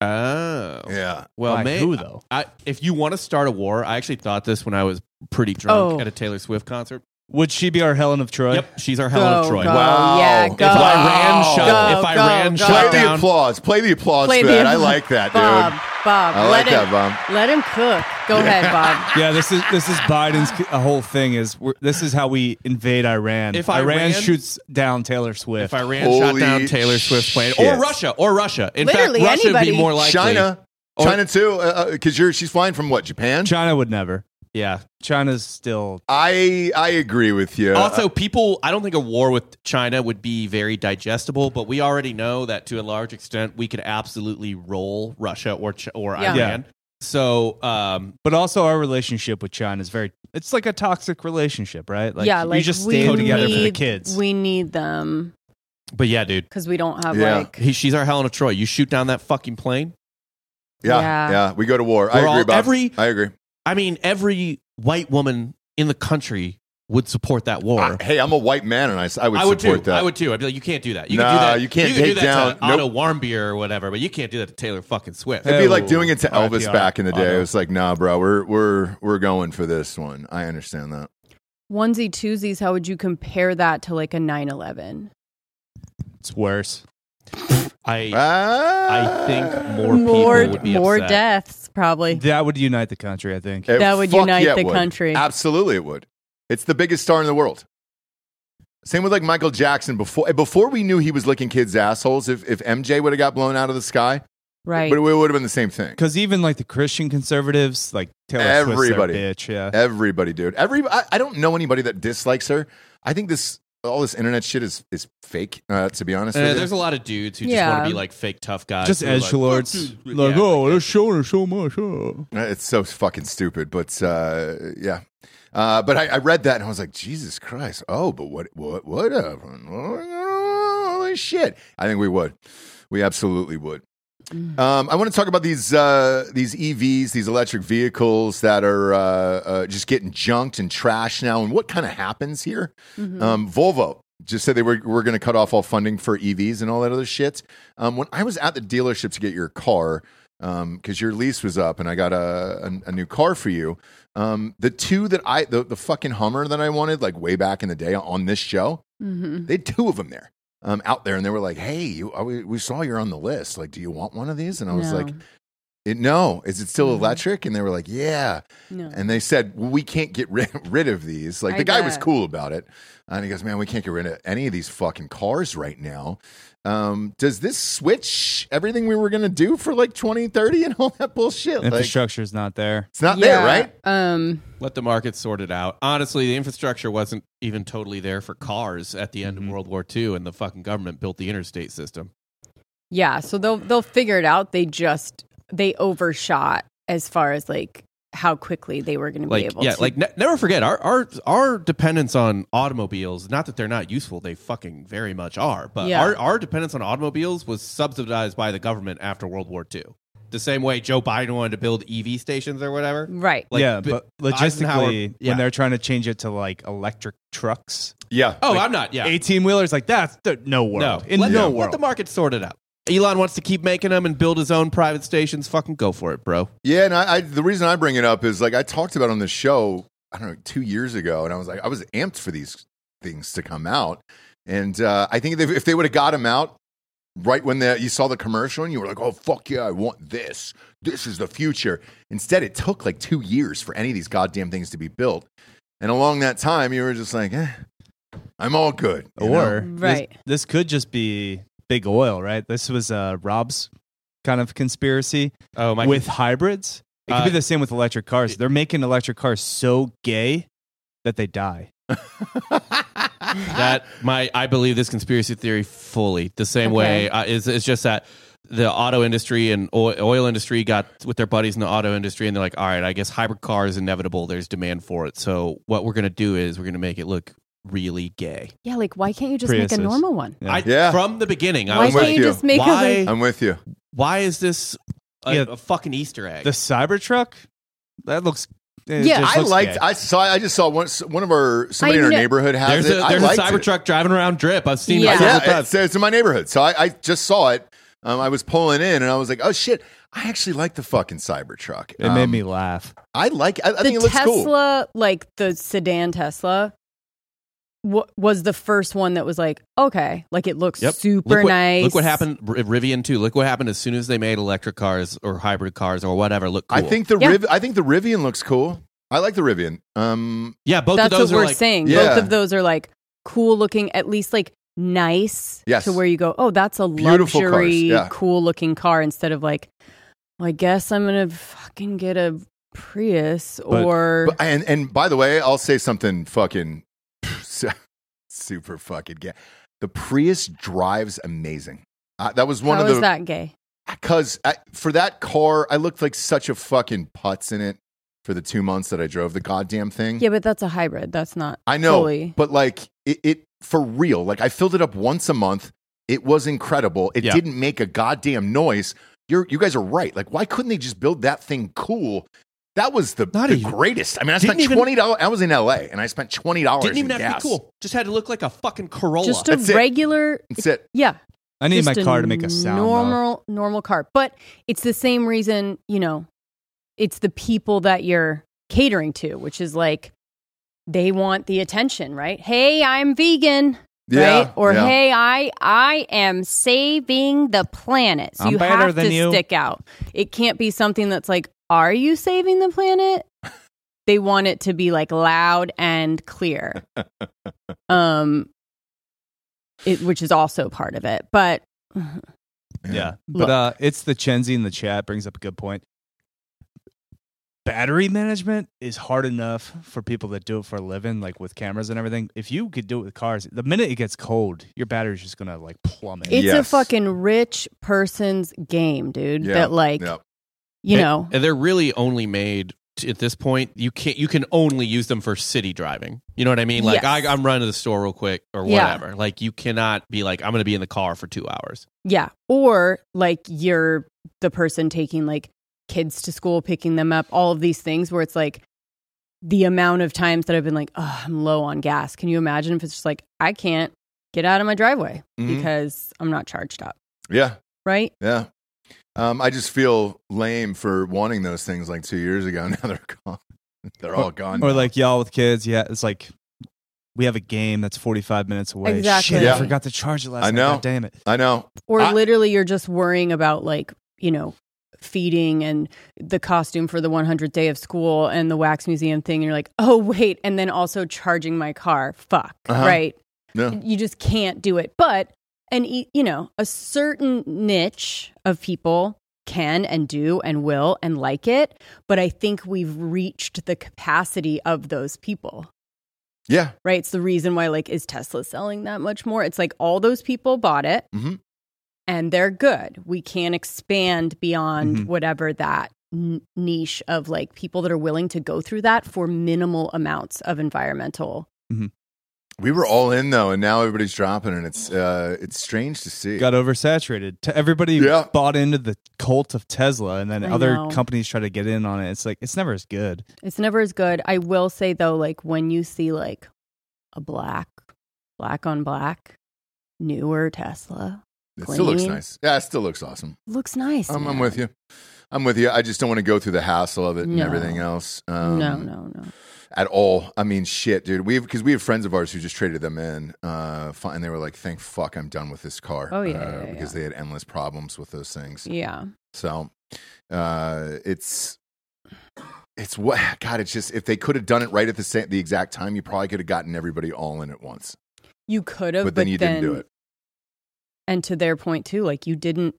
S5: Oh,
S1: Yeah.
S5: well,
S3: By
S5: may-
S3: who though?
S5: I, if you want to start a war, I actually thought this when I was pretty drunk
S2: Oh.
S5: at a Taylor Swift concert.
S3: Would she be our Helen of Troy?
S5: Yep, she's our Helen of
S2: Go,
S5: Troy.
S2: go.
S1: Wow.
S2: yeah,
S1: If
S2: go.
S5: If Iran
S1: Wow.
S5: shut,
S2: Go,
S5: if
S2: go,
S5: Iran
S2: go.
S1: Play
S5: shut
S1: the
S5: down,
S1: applause. Play the applause
S2: Play
S1: for
S2: the
S1: that. I
S2: applause.
S1: like that, dude.
S2: Bob, Bob,
S1: I
S2: let
S1: like that,
S2: him,
S1: Bob.
S2: let him cook. Go
S1: <laughs>
S2: ahead, Bob.
S3: Yeah, this is this is Biden's c- a whole thing. Is we're, this is how we invade Iran?
S5: If
S3: Iran,
S5: Iran-
S3: shoots down Taylor Swift,
S5: if Iran
S1: Holy
S5: shot down Taylor Swift's plane, or
S1: shit.
S5: Russia, or Russia. In
S2: Literally
S5: fact, Russia would
S2: anybody.
S5: be more likely. Oh.
S1: China.
S5: Or-
S1: China too, because you're she's flying from what Japan.
S3: China would never.
S5: yeah.
S3: China's still
S1: I I agree with you. Uh,
S5: Also, people, I don't think a war with China would be very digestible, but we already know that to a large extent we could absolutely roll Russia or Ch- or
S2: Yeah.
S3: Yeah.
S5: Iran. So, um,
S3: But also, our relationship with China is very. It's like a toxic relationship, right? Like,
S2: yeah, like
S3: you just
S2: we
S3: stay together for the
S2: need-
S3: kids.
S2: We need them
S5: but yeah, dude,
S2: because we don't have
S1: Yeah.
S2: like.
S5: he, she's our Helen of Troy. You shoot down that fucking plane.
S1: yeah, yeah,
S2: Yeah.
S1: we go to war. I
S5: We're
S1: agree,
S5: all-
S1: Bob.
S5: every-
S1: I agree.
S5: I mean, every white woman in the country would support that war.
S1: I- hey, I'm a white man, and I, s- I would
S5: I would
S1: support
S5: too.
S1: that.
S5: I would too. I'd be like, you can't do that. You
S1: Nah,
S5: can do that.
S1: you can't
S5: can
S1: take
S5: do that
S1: down-
S5: to Otto Warmbier or whatever, but you can't do that to Taylor fucking Swift.
S1: It'd be
S3: Oh,
S1: like doing it to Elvis
S3: RIPR.
S1: back in the day.
S3: Auto.
S1: It was like, nah, bro, we're we're we're going for this one. I understand that.
S2: onesie twosies how would you compare that to like a 9-11
S3: it's worse.
S5: I
S1: I
S5: I think
S1: Ah!
S5: more people would be
S2: more
S5: upset.
S2: deaths probably
S3: That would unite the country, I think.
S2: that would unite the country.
S1: Absolutely, it would. It's the biggest star in the world. Same with like Michael Jackson before before we knew he was licking kids' assholes. If if MJ would have got blown out of the sky,
S2: right
S1: but it would have been the same thing.
S3: Because even like the Christian conservatives, like Taylor
S1: Everybody.
S3: Swift's their bitch. Yeah,
S1: Everybody, dude. Every I, I don't know anybody that dislikes her. I think this all this internet shit is is fake. Uh, to be honest,
S5: Uh,
S1: with you.
S5: there's a lot of dudes who
S2: Yeah.
S5: just want to be like fake tough guys.
S3: just
S5: who are
S3: edge
S5: like,
S3: lords.
S5: "Fuck dude."
S3: Like,
S5: Yeah,
S3: oh,
S5: like,
S3: they're showing her so much. Oh.
S1: Uh, it's so fucking stupid, but uh, yeah. Uh, but I, I read that and I was like, Jesus Christ! Oh, but what what what happened? Oh, Holy shit! I think we would, we absolutely would. Um, I want to talk about these uh, these EVs, these electric vehicles that are uh, uh, just getting junked and trashed now, and what kind of happens here? Um, Volvo just said they were we're going to cut off all funding for EVs and all that other shit. Um, when I was at the dealership to get your car, because your lease was up and I got a, a, a new car for you, um, the two that I the, the fucking Hummer that I wanted like way back in the day on this show,
S2: Mhm.
S1: they had two of them there. uh, Um, out there, and they were like, "Hey, you, I, we we saw you're on the list. Like, do you want one of these?" And I was
S2: No. Mm-hmm.
S1: like, It, no, is it still electric? And they were like, yeah.
S2: No.
S1: And they said, well, we can't get rid, <laughs> rid of these. Like
S2: I
S1: the guy was
S2: bet.
S1: cool about it. uh, And he goes, man, we can't get rid of any of these fucking cars right now. Um, does this switch everything we were going to do for like 2030 and all that bullshit? Like, it's
S3: Infrastructure's not there.
S1: not there,
S2: Yeah,
S1: right?
S2: Um,
S5: Let the market sort it out. Honestly, the infrastructure wasn't even totally there for cars at the end
S3: Mm-hmm.
S5: of World War II, and the fucking government built the interstate system.
S2: yeah. So they'll they'll figure it out. They just they overshot as far as like how quickly they were going to be
S5: Like,
S2: able.
S5: yeah,
S2: to.
S5: like ne- never forget our our our dependence on automobiles. Not that they're not useful; they fucking very much are. But
S2: Yeah.
S5: our our dependence on automobiles was subsidized by the government after World War II. The same way Joe Biden wanted to build EV stations or whatever.
S2: right.
S3: yeah,
S5: bi-
S3: but
S5: Eisenhower-
S3: logistically,
S5: yeah.
S3: when they're trying to change it to like electric trucks,
S1: Yeah.
S5: oh, I'm not. Yeah,
S3: eighteen wheelers, like that's th- no world. In
S5: let,
S3: no
S5: let
S3: world.
S5: the market sort it out. Elon wants to keep making them and build his own private stations. Fucking go for it, bro.
S1: Yeah, and I, I the reason I bring it up is like I talked about on the show, I don't know, two years ago, and I was like, I was amped for these things to come out, and uh, I think if- if they would have got them out right when the, you saw the commercial and you were like, oh fuck yeah, I want this, this is the future. Instead, it took like two years for any of these goddamn things to be built, and along that time, you were just like, eh, I'm all good, you know?
S3: or
S2: know?
S3: this-
S2: Right.
S3: This, could just be big oil, right? This was uh, Rob's kind of conspiracy
S5: Oh my!
S3: with hybrids. It could
S5: Uh,
S3: be the same with electric cars. They're making electric cars so gay that they die.
S5: that my I believe this conspiracy theory fully the same way. Uh, is it's just that the auto industry and oil, oil industry got with their buddies in the auto industry, and they're like, all right, I guess hybrid car is inevitable. There's demand for it. So what we're gonna do is we're gonna make it look really gay.
S2: Yeah. Like why can't you just make
S3: Priuses.
S2: a normal one?
S3: Yeah.
S5: I,
S1: Yeah.
S5: From the beginning, I
S2: Why
S5: was
S1: with
S2: can't
S5: like,
S2: you
S1: you.
S2: just make
S5: Why-
S2: a like,
S1: I'm with you.
S5: why is this a,
S3: Yeah.
S5: a fucking Easter egg?
S3: The Cybertruck, that looks. it
S2: Yeah,
S3: just
S1: I
S3: looks
S1: liked.
S3: gay.
S1: I saw. I just saw one. One of our somebody
S2: I
S1: in our
S2: kn-
S1: neighborhood has
S5: there's
S1: it.
S5: a
S1: I
S5: there's a
S1: liked it.
S5: Cybertruck driving around drip. I've seen
S2: Yeah.
S5: it several
S1: Yeah,
S5: times.
S1: it's, it's in my neighborhood. So I, I just saw it. Um, I was pulling in, and I was like, "Oh shit! I actually like the fucking Cybertruck."
S3: It made
S1: Um,
S3: me laugh.
S1: I like. I, I think it
S2: the
S1: looks cool.
S2: Tesla, like the sedan Tesla, wa was the first one that was like, okay, like it looks
S5: Yep.
S2: super
S5: look what,
S2: nice.
S5: Look what happened R- Rivian too. Look what happened as soon as they made electric cars or hybrid cars or whatever. Look, cool.
S1: I think the
S2: Yeah.
S1: Riv- I think the Rivian looks cool. I like the Rivian. Um,
S5: yeah, both
S2: That's
S5: of those
S2: what we're
S5: are like,
S2: saying.
S1: Yeah.
S2: Both of those are like cool looking, at least like nice
S1: Yes.
S2: to where you go, oh, that's a
S1: Beautiful cars,
S2: luxury,
S1: yeah.
S2: cool looking car instead of like, well, I guess I'm going to fucking get a Prius
S3: But-
S2: or.
S1: but- and and by the way, I'll say something fucking <laughs> su- super fucking gay. The Prius drives amazing. Uh, that was one
S2: how
S1: of the
S2: is that gay?
S1: because for that car, I looked like such a fucking putz in it for the two months that I drove the goddamn thing.
S2: Yeah, but that's a hybrid. That's not.
S1: I know,
S2: Totally.
S1: but like it, it for real. Like I filled it up once a month. It was incredible. It
S5: Yeah.
S1: didn't make a goddamn noise. You're, you guys are right. Like, why couldn't they just build that thing cool? That was the,
S5: Not
S1: the
S5: even-
S1: greatest. I mean, I
S5: Didn't
S1: spent
S5: even-
S1: twenty dollars. I was in LA and I spent twenty dollars.
S5: didn't even
S1: in
S5: have
S1: gas.
S5: to be cool. Just had to look like a fucking Corolla.
S2: Just a
S1: That's it.
S2: regular.
S1: That's it.
S2: Yeah.
S3: I need my
S2: just
S3: car to make a sound. though.
S2: Normal, normal car, but it's the same reason. You know, it's the people that you're catering to, which is like they want the attention, right? Hey, I'm vegan,
S1: Yeah,
S2: right? Or
S1: yeah.
S2: hey, I I am saving the planet. So
S3: I'm
S2: you
S3: better
S2: have
S3: than
S2: to
S3: you.
S2: stick out. It can't be something that's like, are you saving the planet? they want it to be like loud
S1: <laughs>
S2: and clear. um it, which is also part of it. But
S3: Yeah. But uh, it's the Chenzi in the chat brings up a good point. Battery management is hard enough for people that do it for a living, like with cameras and everything. If you could do it with cars, the minute it gets cold, your battery's just gonna like plummet.
S2: It's a
S1: Yes.
S2: fucking rich person's game, dude.
S1: Yeah,
S2: That like
S1: yeah.
S2: you
S5: And-
S2: know,
S5: and they're really only made t- at this point. You can't. You can only use them for city driving. You know what I mean? Like
S2: Yes.
S5: I, I'm running to the store real quick or
S2: Yeah.
S5: whatever. Like you cannot be like I'm going to be in the car for two hours.
S2: yeah. Or like you're the person taking like kids to school, picking them up, all of these things where it's like the amount of times that I've been like, oh, I'm low on gas. Can you imagine if it's just like I can't get out of my driveway
S1: Mhm.
S5: Mm-hmm.
S2: because I'm not charged up,
S1: yeah.
S2: right?
S1: Yeah. Um, I just feel lame for wanting those things like two years ago. <laughs> Now they're gone. They're all gone.
S3: or like y'all with kids, yeah. It's like we have a game that's forty five minutes away.
S2: Exactly.
S3: Shit,
S1: Yeah.
S3: I forgot to charge it last
S1: I
S3: night.
S1: know.
S3: God damn it.
S1: I know.
S2: Or
S1: I-
S2: literally you're just worrying about like, you know, feeding and the costume for the 100th day of school and the wax museum thing. And you're like, oh, wait. And then also charging my car. Fuck.
S1: Uh-huh.
S2: Right.
S1: No.
S2: You just can't do it. But, and, e, you know, a certain niche of people can and do and will and like it. But I think we've reached the capacity of those people
S1: Yeah.
S2: right? It's the reason why, like, is Tesla selling that much more? It's like all those people bought it
S1: Mhm.
S2: and they're good. We can expand beyond
S1: Mm-hmm.
S3: Mhm.
S2: whatever that n- niche of like people that are willing to go through that for minimal amounts of environmental.
S1: We were all in though, and now everybody's dropping, and it's uh, it's strange to see.
S3: Got oversaturated. Te- Everybody
S1: Yeah.
S3: bought into the cult of Tesla, and then
S2: I
S3: other
S2: know.
S3: companies try to get in on it. It's like it's never as good.
S2: It's never as good. I will say though, like, when you see like a black, black on black, newer Tesla,
S1: it still looks
S2: clean.
S1: nice. Yeah, it still looks awesome.
S2: looks nice.
S1: I'm, I'm
S2: man.
S1: with you. I'm with you. I just don't want to go through the hassle of it and
S2: No.
S1: everything else. Um,
S2: no, no, no.
S1: At all. I mean, shit, dude. We've because we have friends of ours who just traded them in. Uh, fi- and they were like, "Thank fuck, I'm done with this car."
S2: Oh, yeah,
S1: uh,
S2: yeah, yeah,
S1: because they had endless problems with those things.
S2: Yeah.
S1: So, uh, it's it's what God. It's just if they could have done it right at the same the exact time, you probably could have gotten everybody all in at once.
S2: You could have,
S1: But then you didn't do it.
S2: and to their point too like you didn't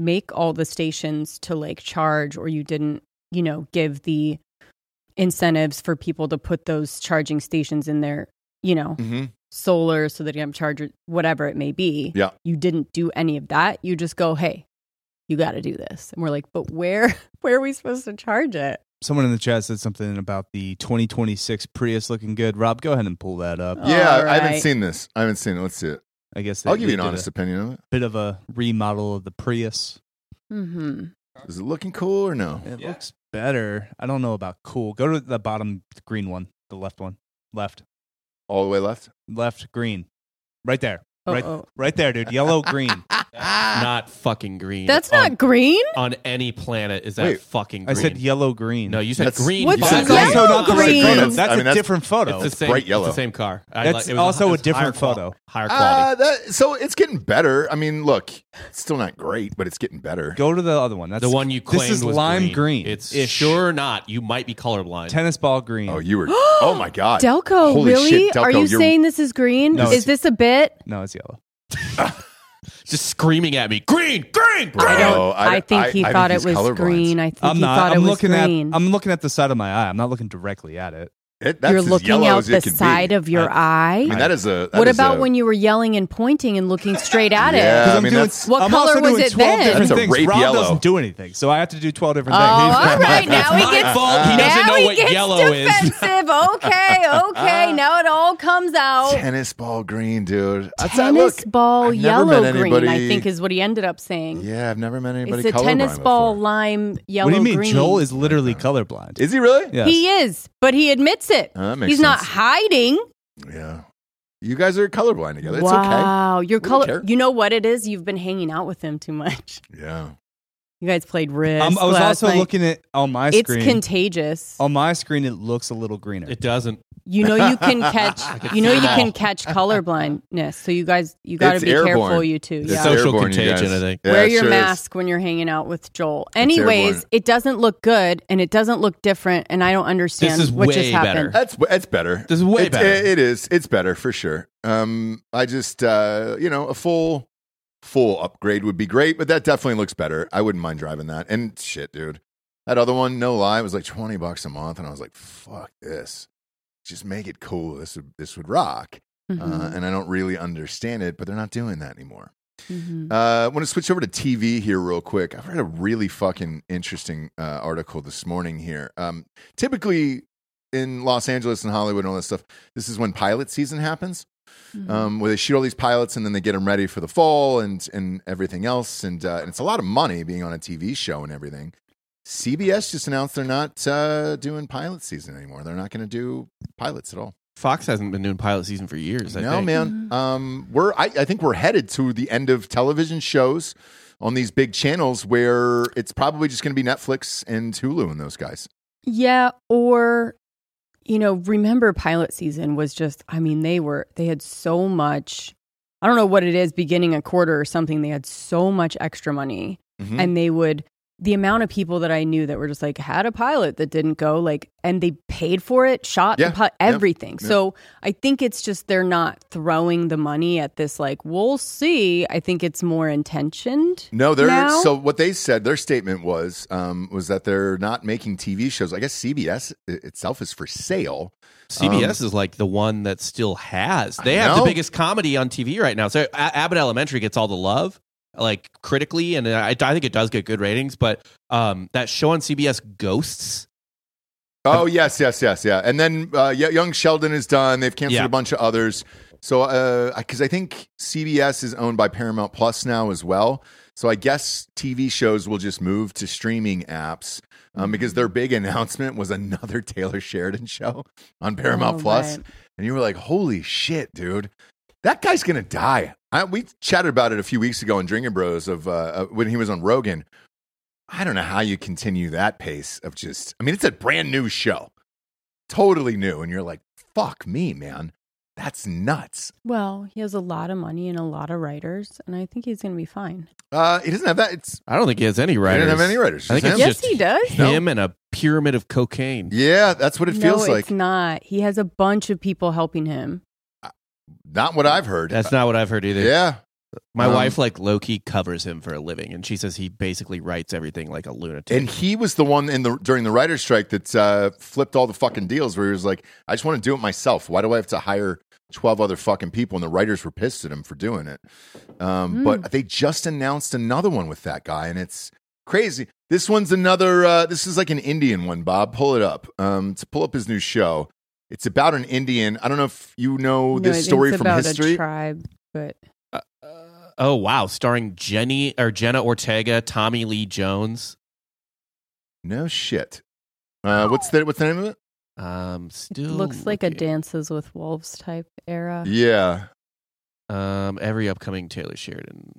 S2: make all the stations to like charge or you didn't you know give the incentives for people to put those charging stations in their you know
S1: Mm-hmm.
S2: solar so that you have charger whatever it may be
S1: Yeah.
S2: you didn't do any of that you just go hey you got to do this and we're like but where <laughs> where are we supposed to charge it
S3: Someone in the chat said something about the 2026 Prius looking good. Rob, go ahead and pull that up.
S1: Yeah, I haven't
S2: Alright.
S1: seen this. I haven't seen it. Let's see it.
S3: I guess they-
S1: I'll give
S3: they
S1: you an
S3: did
S1: honest
S3: a
S1: opinion on it.
S3: bit of a remodel of the Prius.
S2: mm-hmm.
S1: Is it looking cool or no?
S3: It
S5: Yeah.
S3: looks better. I don't know about cool. Go to the bottom green one, the left one, left,
S1: All the way left.
S3: left, green, right there, right,
S2: Uh-oh.
S3: right there, dude. <laughs> Yellow, green.
S5: not fucking green.
S2: Ah. that's
S1: Um,
S5: on,
S2: not green
S5: on any planet. Is that
S1: Wait,
S5: fucking?
S3: I
S5: green?
S3: said yellow, green.
S5: No, you said
S1: That's-
S5: green.
S2: What's
S5: You said
S2: the
S5: green.
S2: yellow That's also green?
S3: <laughs> That's,
S1: I mean,
S3: a
S1: that's-
S3: different photo.
S5: It's the same.
S1: bright yellow.
S5: It's the same car. I
S3: That's
S5: like- it was
S3: also a
S5: it's
S3: different
S5: higher qual-
S3: photo.
S5: higher quality.
S1: Uh, that, so it's getting better. I mean, look, it's still not great, but it's getting better.
S3: Go to the other one. That's
S5: the one you claimed
S3: This is
S5: was
S3: lime green.
S5: It's
S3: Ish.
S5: sure not. You might be colorblind.
S3: tennis ball green.
S1: Oh,
S2: <gasps>
S1: you were. oh my god,
S2: delco
S1: Holy
S2: really
S1: shit,
S2: are
S1: Delco,
S2: you
S1: you're-
S2: saying this is green
S3: No,
S2: is
S3: it's-
S2: this a bit
S3: no, it's yellow.
S5: Just screaming at me. Green, green, green.
S1: Bro,
S2: I don't.
S1: Oh, I-
S2: I, think
S1: I-
S2: he
S1: I
S2: thought
S1: think
S2: it
S1: he's
S2: was
S1: colorblind.
S2: green. I think
S3: I'm
S2: he
S3: not.
S2: thought
S3: I'm
S2: it was
S3: looking
S2: green.
S3: at. I'm looking at the side of my eye. I'm not looking directly at it.
S1: It- that's
S2: You're
S1: as
S2: looking
S1: yellow
S2: out
S1: as
S2: the
S1: it can be.
S2: side of your eye.
S1: I mean, that is a.
S2: what about when you were yelling and pointing and looking straight at
S1: Yeah.
S2: it?
S3: 'Cause
S1: I
S3: I'm <laughs>
S1: mean,
S3: doing,
S1: that's-
S2: What
S3: I'm
S2: color
S3: also doing
S2: was it
S3: 12
S2: then?
S3: different
S1: That's a
S3: things.
S1: rape
S3: Rob
S1: yellow.
S3: doesn't do anything, so I have to do 12 different
S2: Oh,
S3: things.
S2: all
S3: <laughs>
S2: right. Now
S5: It's
S2: he
S5: my
S2: gets.
S5: fault he doesn't
S2: now
S5: know
S2: he
S5: what
S2: gets
S5: yellow is.
S2: defensive. okay,
S1: <laughs>
S2: okay. Now it all comes out.
S1: tennis ball green, dude? That's- I-
S2: Tennis
S1: look,
S2: ball
S1: I've never met
S2: yellow green. I
S1: anybody-
S2: think is what he ended up saying.
S1: Yeah, I've never met anybody.
S2: it's a
S1: colorblind
S2: tennis ball
S1: before.
S2: lime yellow.
S3: what do you mean?
S2: Green.
S3: Joel is literally colorblind.
S1: Is he really?
S3: Yes.
S2: He is, but he admits it.
S1: Uh, that makes
S2: He's not
S1: sense.
S2: hiding.
S1: Yeah. You guys are colorblind together. It's
S2: wow, your
S1: We don't care.
S2: color. You know what it is? You've been hanging out with him too much.
S1: okay. Yeah.
S2: You guys played risk.
S3: Um, I was
S2: last
S3: also
S2: night.
S3: looking at on my
S2: It's
S3: screen. Oh.
S2: contagious.
S3: on my screen, it looks a little greener.
S5: It doesn't.
S2: You know you
S3: <laughs>
S2: can catch.
S5: can
S2: you know
S5: see
S2: you
S5: them all.
S2: can catch colorblindness. So you guys, you got to
S1: It's
S2: be careful.
S1: airborne.
S2: You too.
S1: It's
S2: Yeah.
S5: So- Social
S1: airborne, you
S5: contagion,
S1: guys.
S5: I think.
S1: Yeah,
S2: Wear
S1: it
S2: your
S1: sure is.
S2: mask when you're hanging out with Joel.
S1: airborne.
S2: Anyways, it doesn't look good, and it doesn't look different, and I don't understand
S5: This is
S2: what
S5: way
S2: just happened.
S5: better.
S1: That's that's better.
S5: This is way
S1: It's-
S5: better.
S1: It, it is. It's better for sure. Um, I just uh, you know, a full full upgrade would be great, but that definitely looks better. I wouldn't mind driving that. And shit, dude, that other one, no lie, was like twenty bucks a month, and I was like, fuck this. Just make it cool. This would this would rock. Uh,
S5: Mm-hmm.
S2: Mhm,
S1: and I don't really understand it, but they're not doing that anymore.
S2: mhm.
S1: Uh, I want to switch over to TV here real quick. I've read a really fucking interesting uh, article this morning here. Um, typically in Los Angeles and Hollywood and all that stuff, this is when pilot season happens, um, where they shoot all these pilots and then they get them ready for the fall and and everything else. And, uh, and it's a lot of money being on a TV show and everything. CBS just announced they're not uh, doing pilot season anymore. They're not going to do pilots at all.
S5: Fox hasn't been doing pilot season for years. I
S1: No,
S5: think.
S1: man. Um, we're I, I think we're headed to the end of television shows on these big channels where it's probably just going to be Netflix and Hulu and those guys.
S2: Yeah, or you know, remember pilot season was just I mean, they were they had so much I don't know what it is beginning a quarter or something, they had so much extra money
S1: Mhm.
S2: and they would the amount of people that I knew that were just like had a pilot that didn't go like and they paid for it, shot
S1: Yeah,
S2: the pi-
S1: yeah,
S2: everything.
S1: yeah.
S2: So I think it's just they're not throwing the money at this like we'll see. I think it's more intentioned.
S1: No, they're
S2: now.
S1: so what they said. Their statement was um, was that they're not making TV shows. I guess CBS i- itself is for sale.
S5: CBS is like the one that still has. They
S1: I
S5: have
S1: know.
S5: the biggest comedy on TV right now. So A- Abbott Elementary gets all the love, like critically, and I, I think it does get good ratings. But um, that show on CBS, Ghosts,
S1: Oh yes, yes, yes, yeah. And then uh, Yo- Young Sheldon is done. They've canceled
S5: Yeah.
S1: a bunch of others. So because I think CBS is owned by Paramount Plus now as well. So I guess TV shows will just move to streaming apps um, because their big <laughs> announcement was another Taylor Sheridan show on Paramount
S2: Oh,
S1: Plus.
S2: right.
S1: and you were like, "Holy shit, dude, that guy's gonna die." I, we chatted about it a few weeks ago in Drinking Bros of uh, uh, when he was on Rogan. I don't know how you continue that pace of just. I mean, it's a brand new show, totally new, and you're like, "Fuck me, man, that's nuts."
S2: Well, he has a lot of money and a lot of writers, and I think he's going to be fine.
S1: Uh, he doesn't have that. It's
S5: I don't think he has any
S1: I
S5: writers.
S1: didn't have any writers.
S5: I
S1: Just
S5: think it's
S1: him.
S2: yes,
S5: just-
S2: he does.
S5: Him and a pyramid of cocaine.
S1: yeah, that's what it
S2: no,
S1: feels like.
S2: it's not. He has a bunch of people helping him.
S1: Not what I've heard.
S5: That's not what I've heard either.
S1: yeah,
S5: My
S1: Um,
S5: wife, like Loki, covers him for a living, and she says he basically writes everything like a lunatic.
S1: And he was the one in the during the writer's strike that uh, flipped all the fucking deals where he was like, I just want to do it myself. Why do I have to hire 12 other fucking people? And the writers were pissed at him for doing it.
S2: Hmm.
S1: Um, But they just announced another one with that guy, and it's crazy. This one's another, uh, this is like an Indian one, Bob. Pull it up. Um, to pull up his new show. It's about an Indian. I don't know if you know
S2: No,
S1: Oh, this
S2: it's
S1: story from
S2: about a
S1: history.
S2: tribe, but
S5: oh wow, starring Jenny or Jenna Ortega, Tommy Lee Jones.
S1: No shit. Uh,
S2: Oh.
S1: what's the what's the name of it?
S5: Um,
S2: it
S5: still
S2: looks like a
S5: looking.
S2: Dances with Wolves type era.
S1: Yeah,
S5: Um, every upcoming Taylor Sheridan.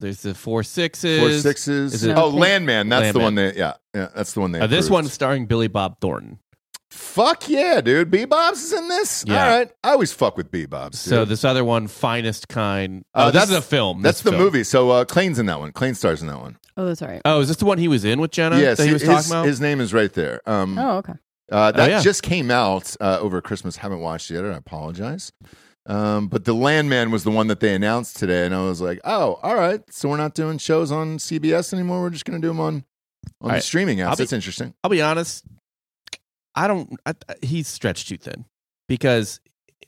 S5: There's the four sixes.
S1: four sixes.
S5: is it-
S1: oh, Landman. That's the
S5: Landman.
S1: one that. Yeah, yeah. That's the one they.
S5: Uh, this
S1: approved.
S5: one's starring Billy Bob Thornton.
S1: Fuck yeah, dude. Bebop's is in this.
S5: Yeah.
S1: All right. I always fuck with Bebop's.
S5: So
S1: dude.
S5: this other one, finest kind.
S1: Uh,
S5: Oh, this
S1: that's-
S5: is a film.
S1: that's
S5: this
S1: the
S5: film.
S1: movie. So uh, Clayne's in that one. Clayne stars in that one.
S2: Oh, that's all right.
S5: Oh, is this the one he was in with Jenna?
S1: yes,
S5: that he was
S1: his,
S5: talking about.
S1: his name is right there. Um,
S2: Oh, okay.
S1: uh, that
S5: Oh, yeah.
S1: just came out uh, over Christmas. Haven't watched it yet. and I apologize. Um, but the Landman was the one that they announced today, and I was like, oh, all right. So we're not doing shows on CBS anymore. We're just going to do them on on
S5: All
S1: the
S5: right.
S1: streaming apps.
S5: I'll be-
S1: That's interesting.
S5: I'll be honest. I don't. I, I- he's stretched too thin because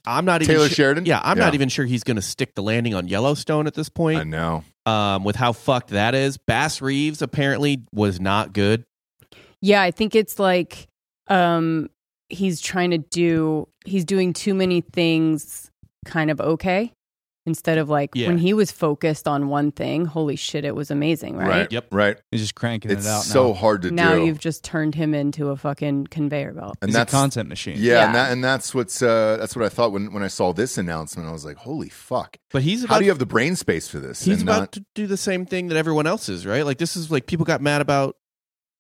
S5: I'm not even.
S1: Taylor
S5: sure-
S1: Sheridan.
S5: yeah, I'm not
S1: Yeah.
S5: even sure he's going to stick the landing on Yellowstone at this
S1: I
S5: point.
S1: know.
S5: Um, with how fucked that is. Bass Reeves apparently was not good.
S2: Yeah, I think it's like um he's trying to do he's doing too many things kind of okay instead of like
S5: Yeah.
S2: when he was focused on one thing, holy shit, it was amazing, right?
S5: Yep.
S1: Right.
S3: He's just cranking
S1: It's
S3: it out
S1: so
S3: now.
S1: hard to
S2: Now
S1: do.
S2: you've just turned him into a fucking conveyor belt.
S1: and
S3: He's
S1: that's
S3: a content machine.
S1: yeah, and
S2: Yeah.
S1: that and that's what's uh, that's what I thought when when I saw this announcement. I was like, holy fuck!
S5: But he's about
S1: How do you have the brain space for this?
S5: he's
S1: and
S5: about
S1: not-
S5: to do the same thing that everyone else is, right? Like this is like people got mad about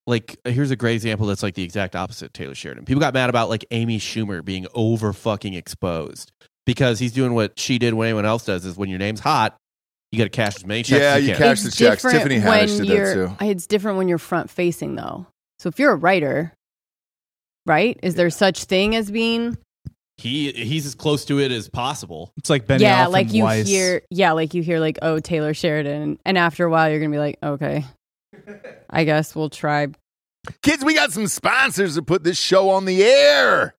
S5: like here's a great example that's like the exact opposite of Taylor Sheridan. People got mad about like Amy Schumer being over fucking exposed because he's doing what she did when anyone else does is when your name's hot, you got to cash as many checks.
S1: Yeah,
S5: as you
S1: you
S5: can.
S1: cash the checks. Tiffany Haddish did that
S2: you're, uh,
S1: too.
S2: It's different when you're front facing though. So if you're a writer, right? Is there such thing as being
S5: He he's as close to it as possible.
S3: It's like Ben.
S2: yeah, like you hear, yeah, like you hear, like oh Taylor Sheridan, and after a while you're gonna be like, okay, I guess we'll try.
S1: uh, kids, we got some sponsors to put this show on the air.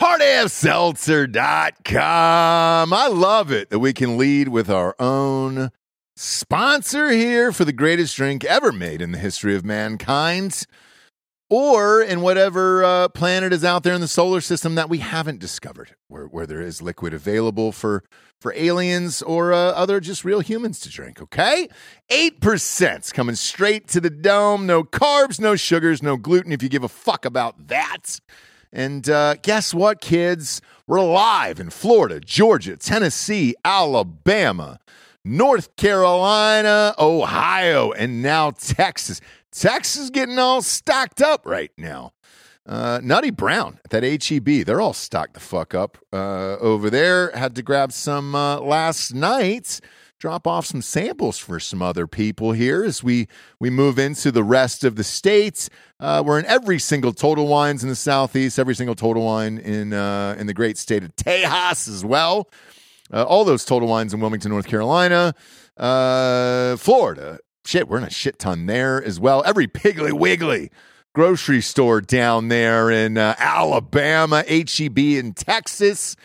S1: HardAFSeltzer.com. I love it that we can lead with our own sponsor here for the greatest drink ever made in the history of mankind or in whatever uh, planet is out there in the solar system that we haven't discovered, where, where there is liquid available for, for aliens or uh, other just real humans to drink, okay? 8% coming straight to the dome. No carbs, no sugars, no gluten, if you give a fuck about that. And uh, guess what, kids? We're live in Florida, Georgia, Tennessee, Alabama, North Carolina, Ohio, and now Texas. Texas is getting all stocked up right now. Uh, Nutty Brown at that HEB, they're all stocked the fuck up uh, over there. Had to grab some uh, last night. drop off some samples for some other people here as we we move into the rest of the states. Uh, we're in every single Total Wines in the southeast, every single Total Wine in uh, in the great state of Tejas as well. Uh, all those Total Wines in Wilmington, North Carolina, uh, Florida. Shit, we're in a shit ton there as well. Every Piggly Wiggly grocery store down there in uh, Alabama, HEB in Texas.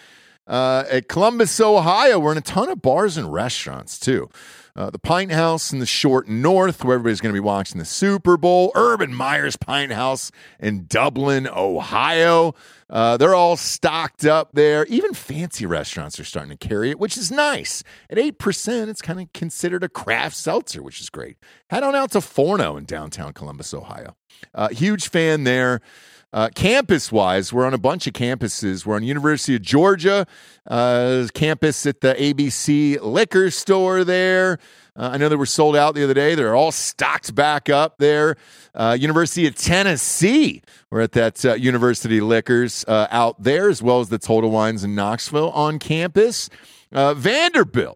S1: Uh, at Columbus, Ohio, we're in a ton of bars and restaurants too. Uh, the Pint House in the Short North, where everybody's going to be watching the Super Bowl. Urban Meyer's Pint House in Dublin, Ohio. Uh, they're all stocked up there. Even fancy restaurants are starting to carry it, which is nice. At 8%, it's kind of considered a craft seltzer, which is great. Head on out to Forno in downtown Columbus, Ohio. Uh, huge fan there. Uh, campus wise, we're on a bunch of campuses. We're on University of Georgia uh, campus at the ABC Liquor Store there. Uh, I know they were sold out the other day. They're all stocked back up there. Uh, University of Tennessee, we're at that uh, University Liquors uh, out there, as well as the Total Wines in Knoxville on campus. Uh, Vanderbilt,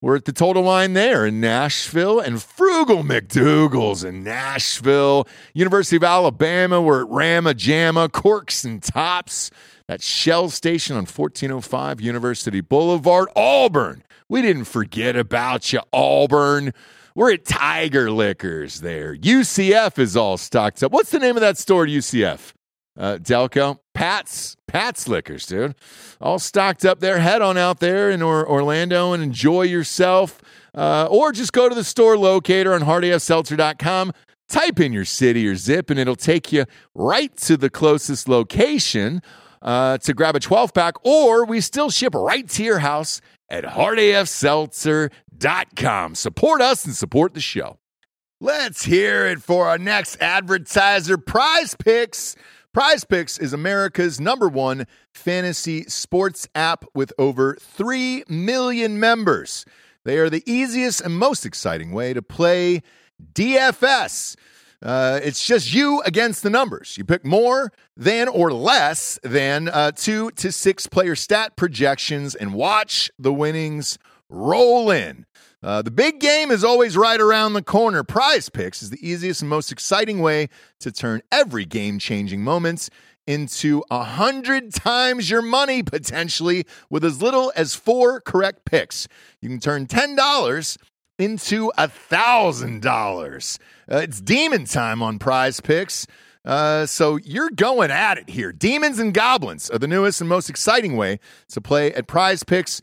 S1: we're at the Total Wine there in Nashville and Frugal McDougal's in Nashville. University of Alabama, we're at Rama Jamma, Corks and Tops. That Shell station on 1405 University Boulevard, Auburn. We didn't forget about you, Auburn. We're at Tiger Liquors there. UCF is all stocked up. What's the name of that store at UCF? uh, Delco, Pat's, Pat's Liquors, dude. All stocked up there. Head on out there in or- Orlando and enjoy yourself. Uh, or just go to the store locator on hardafseltzer.com. Type in your city or zip, and it'll take you right to the closest location uh, to grab a 12 pack. Or we still ship right to your house at hardafseltzer.com. Support us and support the show. Let's hear it for our next advertiser, Prize Picks. Prize Picks is America's number one fantasy sports app with over 3 million members. They are the easiest and most exciting way to play DFS. Uh, it's just you against the numbers. You pick more than or less than uh, two to six player stat projections and watch the winnings roll in. Uh, the big game is always right around the corner. Prize Picks is the easiest and most exciting way to turn every game changing moments into a hundred times your money potentially with as little as four correct picks. You can turn ten dollars into a thousand dollars. Uh, It's demon time on Prize Picks. Uh, so you're going at it here. Demons and Goblins are the newest and most exciting way to play at Prize Picks.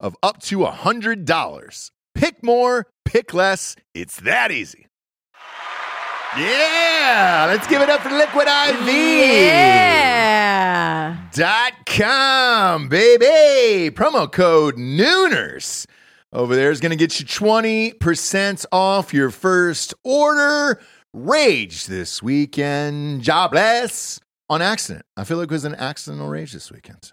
S1: of up to $100. Pick more, pick less. It's that easy. Yeah, let's give it up for Liquid IV.
S2: Yeah.
S1: Dot com, baby. Promo code Nooners over there is going to get you 20% off your first order. Rage this weekend. Jobless on accident. I feel like it was an accidental rage this weekend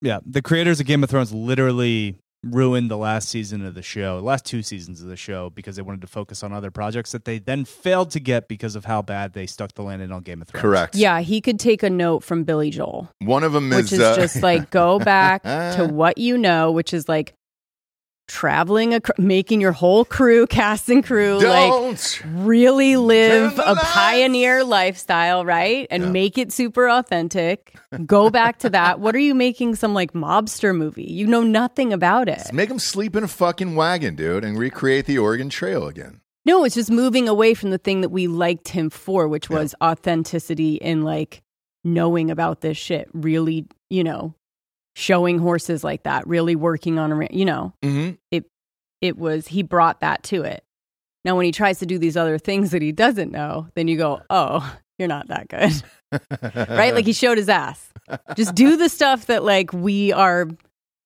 S3: Yeah, the creators of Game of Thrones literally ruined the last season of the show, last two seasons of the show, because they wanted to focus on other projects that they then failed to get because of how bad they stuck the landing on Game of Thrones.
S1: Correct.
S2: Yeah, he could take a note from Billy Joel,
S1: One of them is,
S2: which is
S1: uh, <laughs>
S2: just like go back to what you know, which is like traveling, acro- making your whole crew, cast and crew, like
S1: don't.
S2: really live
S1: the
S2: a
S1: lights.
S2: pioneer lifestyle, right? And make it super authentic. Go back to that. What are you making some like mobster movie? You know nothing about it.
S1: Make them sleep in a fucking wagon, dude, and recreate the Oregon Trail again.
S2: No, it's just moving away from the thing that we liked him for, which was authenticity and like knowing about this shit, really, you know, showing horses like that, really working on a, ra- you know,
S1: <laughs> Mm-hmm.
S2: it was, he brought that to it. Now, when he tries to do these other things that he doesn't know, then you go, oh, you're not
S1: <laughs>
S2: that good. right? Like he showed his ass. Just do the stuff that like we are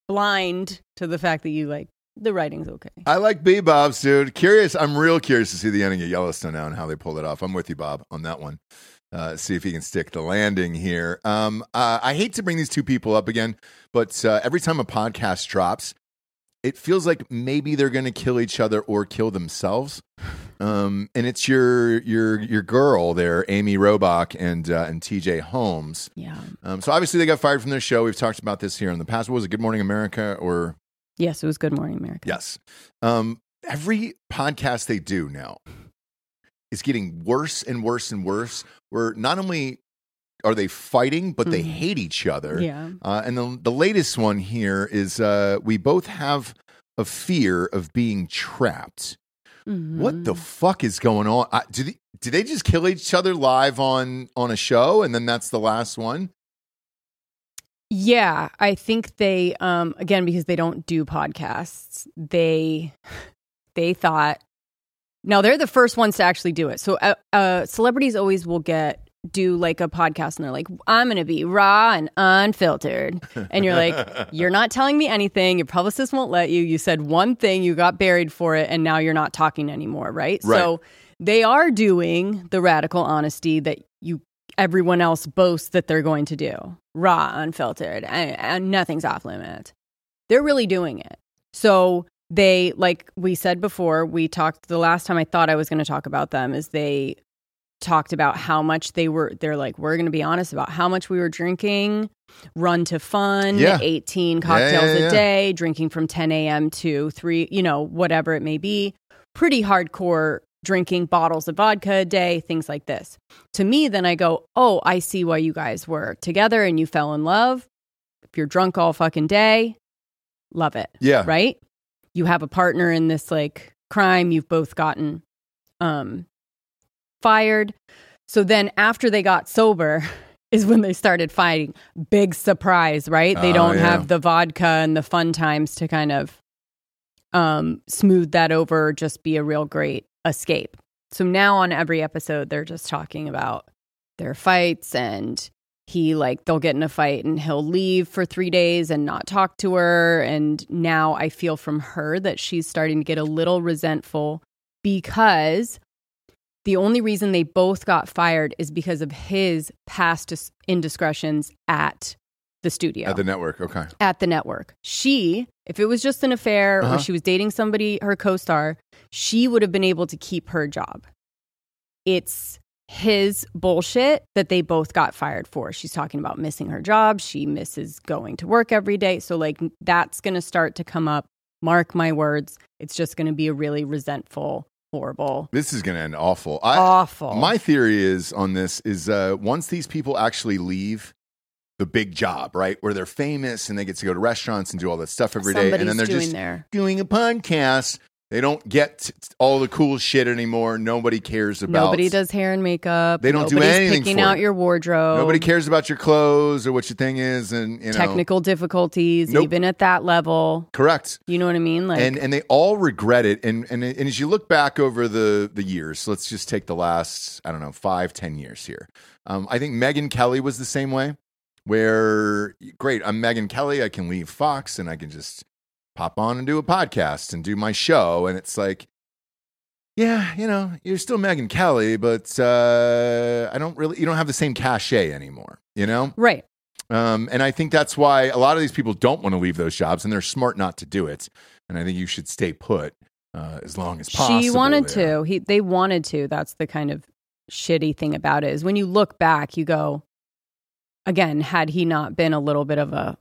S2: blind to the fact that you like, the writing's okay.
S1: I like bebop's, dude. Curious. I'm real curious to see the ending of Yellowstone now and how they pulled it off. I'm with you, Bob, on that one. Uh, see if he can stick the landing here. Um, uh, I hate to bring these two people up again, but uh, every time a podcast drops, it feels like maybe they're going to kill each other or kill themselves. Um, and it's your your your girl there, Amy Robach and uh, and T.J. Holmes.
S2: Yeah.
S1: Um, so obviously they got fired from their show. We've talked about this here in the past. What was it Good Morning America or
S2: Yes, it was Good Morning America.
S1: Yes. Um, every podcast they do now is getting worse and worse and worse. Where not only are they fighting, but they
S2: Mhm.
S1: hate each other.
S2: Yeah.
S1: Uh, and the, the latest one here is uh, we both have a fear of being trapped.
S2: Mm-hmm.
S1: What the fuck is going on? I, do, they, do they just kill each other live on on a show, and then that's the last one?
S2: Yeah, I think they um again because they don't do podcasts. They they thought now they're the first ones to actually do it. So uh, uh celebrities always will get do like a podcast and they're like I'm going to be raw and unfiltered. And you're like you're not telling me anything. Your publicist won't let you. You said one thing, you got buried for it and now you're not talking anymore, right?
S1: Right.
S2: So they are doing the radical honesty that you everyone else boasts that they're going to do raw, unfiltered, and, and nothing's off limit. They're really doing it. So they, like we said before, we talked the last time I thought I was going to talk about them, is they talked about how much they were they're like we're going to be honest about how much we were drinking run to fun
S1: Yeah.
S2: 18 cocktails
S1: yeah, yeah.
S2: a day drinking from 10 a.m to 3 you know whatever it may be pretty hardcore drinking bottles of vodka a day things like this to me then i go oh i see why you guys were together and you fell in love if you're drunk all fucking day love it
S1: Yeah.
S2: right you have a partner in this like crime you've both gotten um fired so then after they got sober <laughs> is when they started fighting big surprise right they
S1: Oh,
S2: don't
S1: yeah.
S2: have the vodka and the fun times to kind of um smooth that over or just be a real great escape so now on every episode they're just talking about their fights and he like they'll get in a fight and he'll leave for three days and not talk to her and now i feel from her that she's starting to get a little resentful because the only reason they both got fired is because of his past dis- indiscretions at the studio
S1: At the network. Okay.
S2: at the network. She, if it was just an affair
S1: Uh-huh.
S2: or she was dating somebody, her co star, she would have been able to keep her job. It's his bullshit that they both got fired for. She's talking about missing her job. She misses going to work every day. So, like, that's going to start to come up. Mark my words. It's just going to be a really resentful, horrible,
S1: This is going to end awful. I,
S2: awful.
S1: My theory is on this is uh, once these people actually leave the big job, right, where they're famous and they get to go to restaurants and do all that stuff every day,
S2: Somebody's
S1: and then they're
S2: doing
S1: just
S2: their
S1: doing a podcast. They don't get t- t- all the cool shit anymore. Nobody cares about.
S2: Nobody does hair and makeup.
S1: They don't do
S2: Nobody's
S1: anything
S2: Picking
S1: for
S2: out
S1: it.
S2: your wardrobe.
S1: Nobody cares about your clothes or what your thing is, and you know,
S2: technical difficulties
S1: Nope.
S2: even at that level
S1: correct.
S2: you know what i mean like
S1: and and they all regret it. And and and as you look back over the the years, let's just take the last I don't know five ten years here. Um, I think Megan Kelly was the same way. Where great, I'm Megan Kelly. I can leave Fox and I can just pop on and do a podcast and do my show. And it's like, yeah, you know, you're still Megan Kelly, but uh, I don't really, you don't have the same cachet anymore. You know,
S2: right
S1: um, and I think that's why a lot of these people don't want to leave those jobs, and they're smart not to do it. And I think you should stay put uh, as long as possible.
S2: she wanted
S1: there.
S2: to he they wanted to that's the kind of shitty thing about it is when you look back you go again had he not been a little bit of a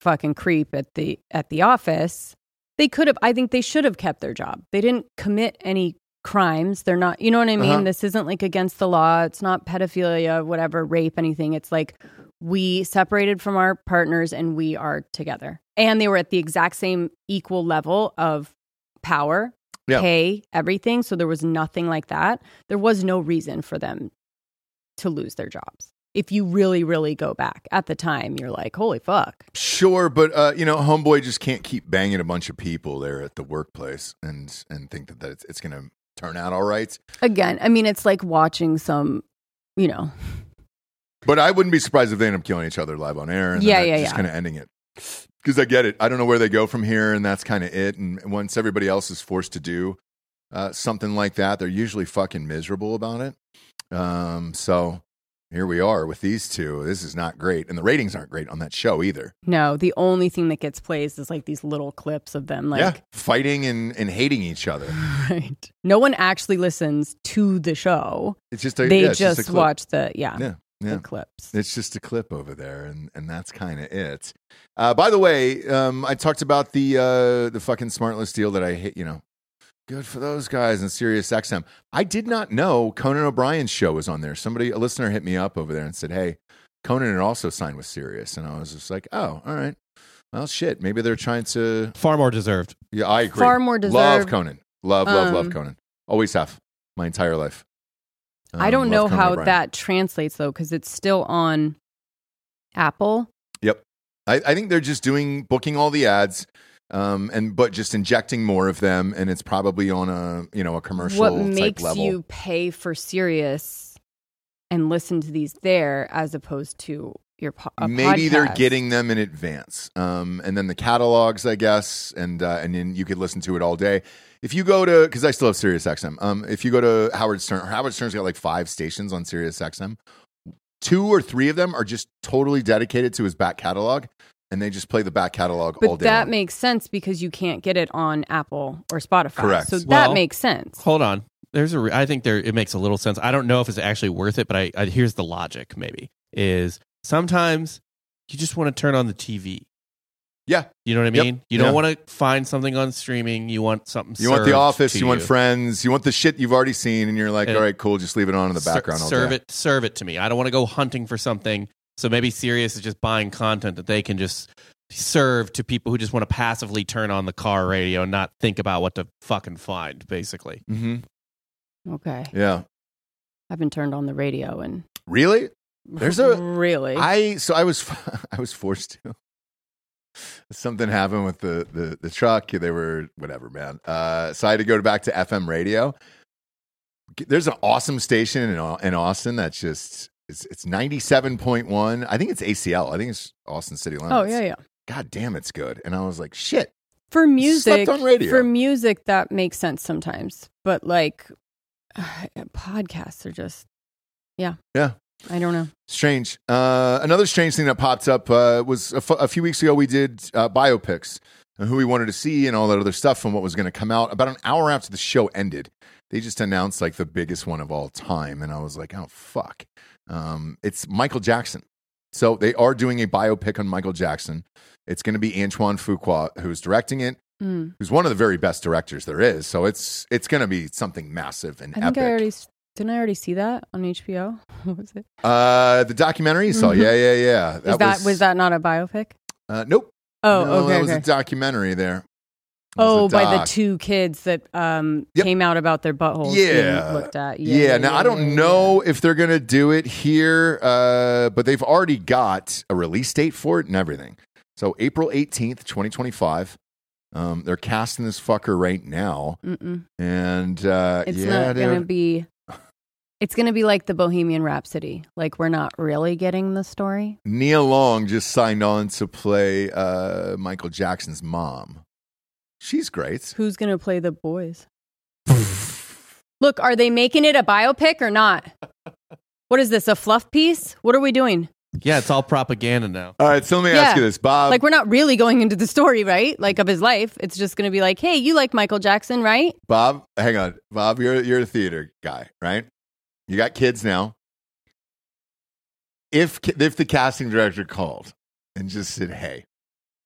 S2: fucking creep at the at the office they could have i think they should have kept their job they didn't commit any crimes they're not you know what i mean
S1: Uh-huh.
S2: this isn't like against the law it's not pedophilia whatever rape anything it's like we separated from our partners and we are together and they were at the exact same equal level of power
S1: Yeah.
S2: pay everything so there was nothing like that there was no reason for them to lose their jobs if you really really go back at the time you're like holy fuck
S1: Sure, but uh, you know, homeboy just can't keep banging a bunch of people there at the workplace and and think that, that it's, it's going to turn out all right.
S2: again i mean it's like watching some you know
S1: But I wouldn't be surprised if they end up killing each other live on air. And
S2: Yeah,
S1: then that-
S2: yeah,
S1: Just
S2: yeah.
S1: kind of ending it. Because I get it. I don't know where they go from here, and that's kind of it. And once everybody else is forced to do uh, something like that, they're usually fucking miserable about it. Um, so here we are with these two. This is not great, and the ratings aren't great on that show either.
S2: no the only thing that gets plays is like these little clips of them like
S1: yeah, fighting and, and hating each other.
S2: <laughs> right no one actually listens to the show
S1: It's just a
S2: they
S1: yeah, it's
S2: just,
S1: a clip.
S2: watch the yeah,
S1: Yeah, yeah.
S2: the clips
S1: It's just a clip over there, and, and that's kind of it. Uh, by the way, um, I talked about the uh, the fucking Smartless deal that I hit. You know, good for those guys in Sirius XM. I did not know Conan O'Brien's show was on there. Somebody, a listener, hit me up over there and said, "Hey, Conan had also signed with Sirius," and I was just like, "Oh, all right." Well, shit. Maybe they're trying to.
S5: Far more deserved.
S1: Yeah, I agree.
S2: far more
S1: Love
S2: deserved
S1: Conan. Love, love, love
S2: Um,
S1: Conan. Always have my entire life.
S2: I
S1: Um,
S2: don't know
S1: love Conan
S2: how
S1: O'Brien.
S2: that translates though, because it's still on Apple.
S1: I, I think they're just doing booking all the ads, um, and but just injecting more of them, and it's probably on a you know a commercial
S2: What
S1: type
S2: makes
S1: level.
S2: you pay for Sirius and listen to these there as opposed to your po- a
S1: Maybe they're
S2: podcast?
S1: getting them in advance, um, and then the catalogs, I guess, and uh, and then you could listen to it all day. If you go to, because I still have Sirius XM. Um, if you go to Howard Stern, Howard Stern's got like five stations on Sirius XM. Two or three of them are just totally dedicated to his back catalog, and they just play the back catalog all
S2: But
S1: day.
S2: that
S1: long.
S2: makes sense because you can't get it on Apple or Spotify.
S1: Correct.
S2: So that
S5: Well-
S2: makes sense.
S5: Hold on. There's a. Re- I think there. It makes a little sense. I don't know if it's actually worth it, but I, I here's the logic. Maybe is sometimes you just want to turn on the TV.
S1: Yeah.
S5: You know what I
S1: Yep.
S5: mean. You
S1: Yeah.
S5: don't want to find something on streaming. You want something.
S1: You want the
S5: served
S1: office,
S5: to
S1: you, want friends, you want the shit you've already seen, and you're like,
S5: And-
S1: all right, cool, just leave it on in the
S5: Ser-
S1: background all
S5: serve
S1: day.
S5: it. Serve it to me. I don't want to go hunting for something. So maybe Sirius is just buying content that they can just serve to people who just want to passively turn on the car radio and not think about what to fucking find. Basically.
S1: hmm
S2: Okay.
S1: Yeah.
S2: I haven't turned on the radio <laughs> and
S1: Really? There's a-
S2: really
S1: I so I was <laughs> I was forced to. <laughs> Something happened with the the the truck. They were whatever, man. Uh, so I had to go back to FM radio. There's an awesome station in Au- in Austin that's just it's it's ninety seven point one. I think it's ACL. I think it's Austin City Limits.
S2: Oh yeah, yeah.
S1: God damn, it's good. And I was like, shit.
S2: For music,
S1: on radio.
S2: for music that makes sense sometimes, but like <sighs> podcasts are just yeah.
S1: Yeah.
S2: I don't know.
S1: Strange. Uh, another strange thing that popped up uh, was a fu- a few weeks ago we did uh, biopics and who we wanted to see and all that other stuff and what was going to come out. About an hour after the show ended, they just announced like the biggest one of all time, and I was like, oh fuck, um, it's Michael Jackson. So they are doing a biopic on Michael Jackson. It's going to be Antoine Fuqua who's directing it,
S2: Mm.
S1: who's one of the very best directors there is. So it's it's going to be something massive and
S2: I think
S1: epic.
S2: I already s- didn't I already see that on HBO. <laughs> what was it?
S1: uh, the documentary you saw,
S2: Mhm.
S1: yeah, yeah, yeah.
S2: Is that was that not a biopic?
S1: Uh, nope.
S2: Oh,
S1: No,
S2: okay.
S1: That was
S2: okay.
S1: a documentary there. It
S2: oh,
S1: was a
S2: by the
S1: doc.
S2: two kids that um
S1: Yep.
S2: came out about their buttholes. being
S1: Yeah.
S2: looked at.
S1: Yeah. now I don't
S2: yeah,
S1: know if they're gonna do it here, uh, but they've already got a release date for it and everything. So April eighteenth, twenty twenty five. Um, they're casting this fucker right now,
S2: yeah. Mm-mm.
S1: and uh,
S2: It's
S1: yeah,
S2: not gonna
S1: dude.
S2: be. It's gonna be like the Bohemian Rhapsody. Like we're not really getting the story.
S1: Nia Long just signed on to play uh, Michael Jackson's mom. She's great.
S2: Who's gonna play
S1: <laughs>
S2: the boys? Look, are they making it a biopic or not? What is this? A fluff piece? What are we doing?
S5: Yeah, it's all propaganda now.
S1: All right, so let me
S2: Yeah.
S1: ask you this, Bob.
S2: like we're not really going into the story, right? Like of his life. It's just gonna be like, hey, you like Michael Jackson, right?
S1: Bob, hang on. Bob, you're you're a theater guy, right? You got kids now. If ca- if the casting director called and just said, "Hey,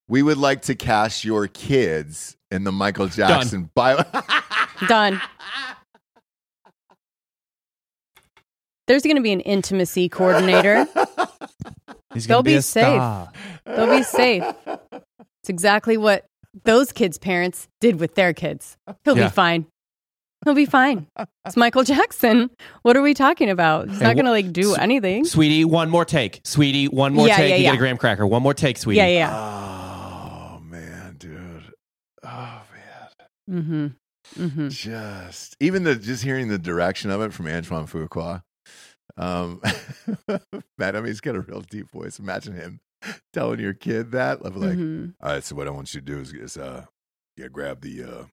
S1: we would like to cast your kids in the Michael Jackson bio," <laughs>
S2: Done. There's going to be an intimacy coordinator.
S3: He's gonna
S2: They'll
S3: be,
S2: be
S3: a
S2: safe.
S3: star.
S2: They'll be safe. It's exactly what those kids' parents did with their kids. He'll
S5: Yeah.
S2: be fine. He'll be fine. It's Michael Jackson. What are we talking about? He's
S5: And
S2: not
S5: wh-
S2: going to like do anything.
S5: Sweetie, one more take. Sweetie, one more
S2: Yeah,
S5: take.
S2: yeah,
S5: you
S2: yeah.
S5: get a graham cracker. One more take, sweetie.
S2: Yeah,
S1: Uh,
S2: yeah.
S1: oh man, dude. Oh man.
S2: Mm-hmm. Mm-hmm.
S1: Just even the just hearing the direction of it from Antoine Fuqua. Um, <laughs> Madam, he's got a real deep voice. Imagine him telling your kid that. Of like,
S2: hmm
S1: "All right, so what I want you to do is, is uh, yeah, grab the uh,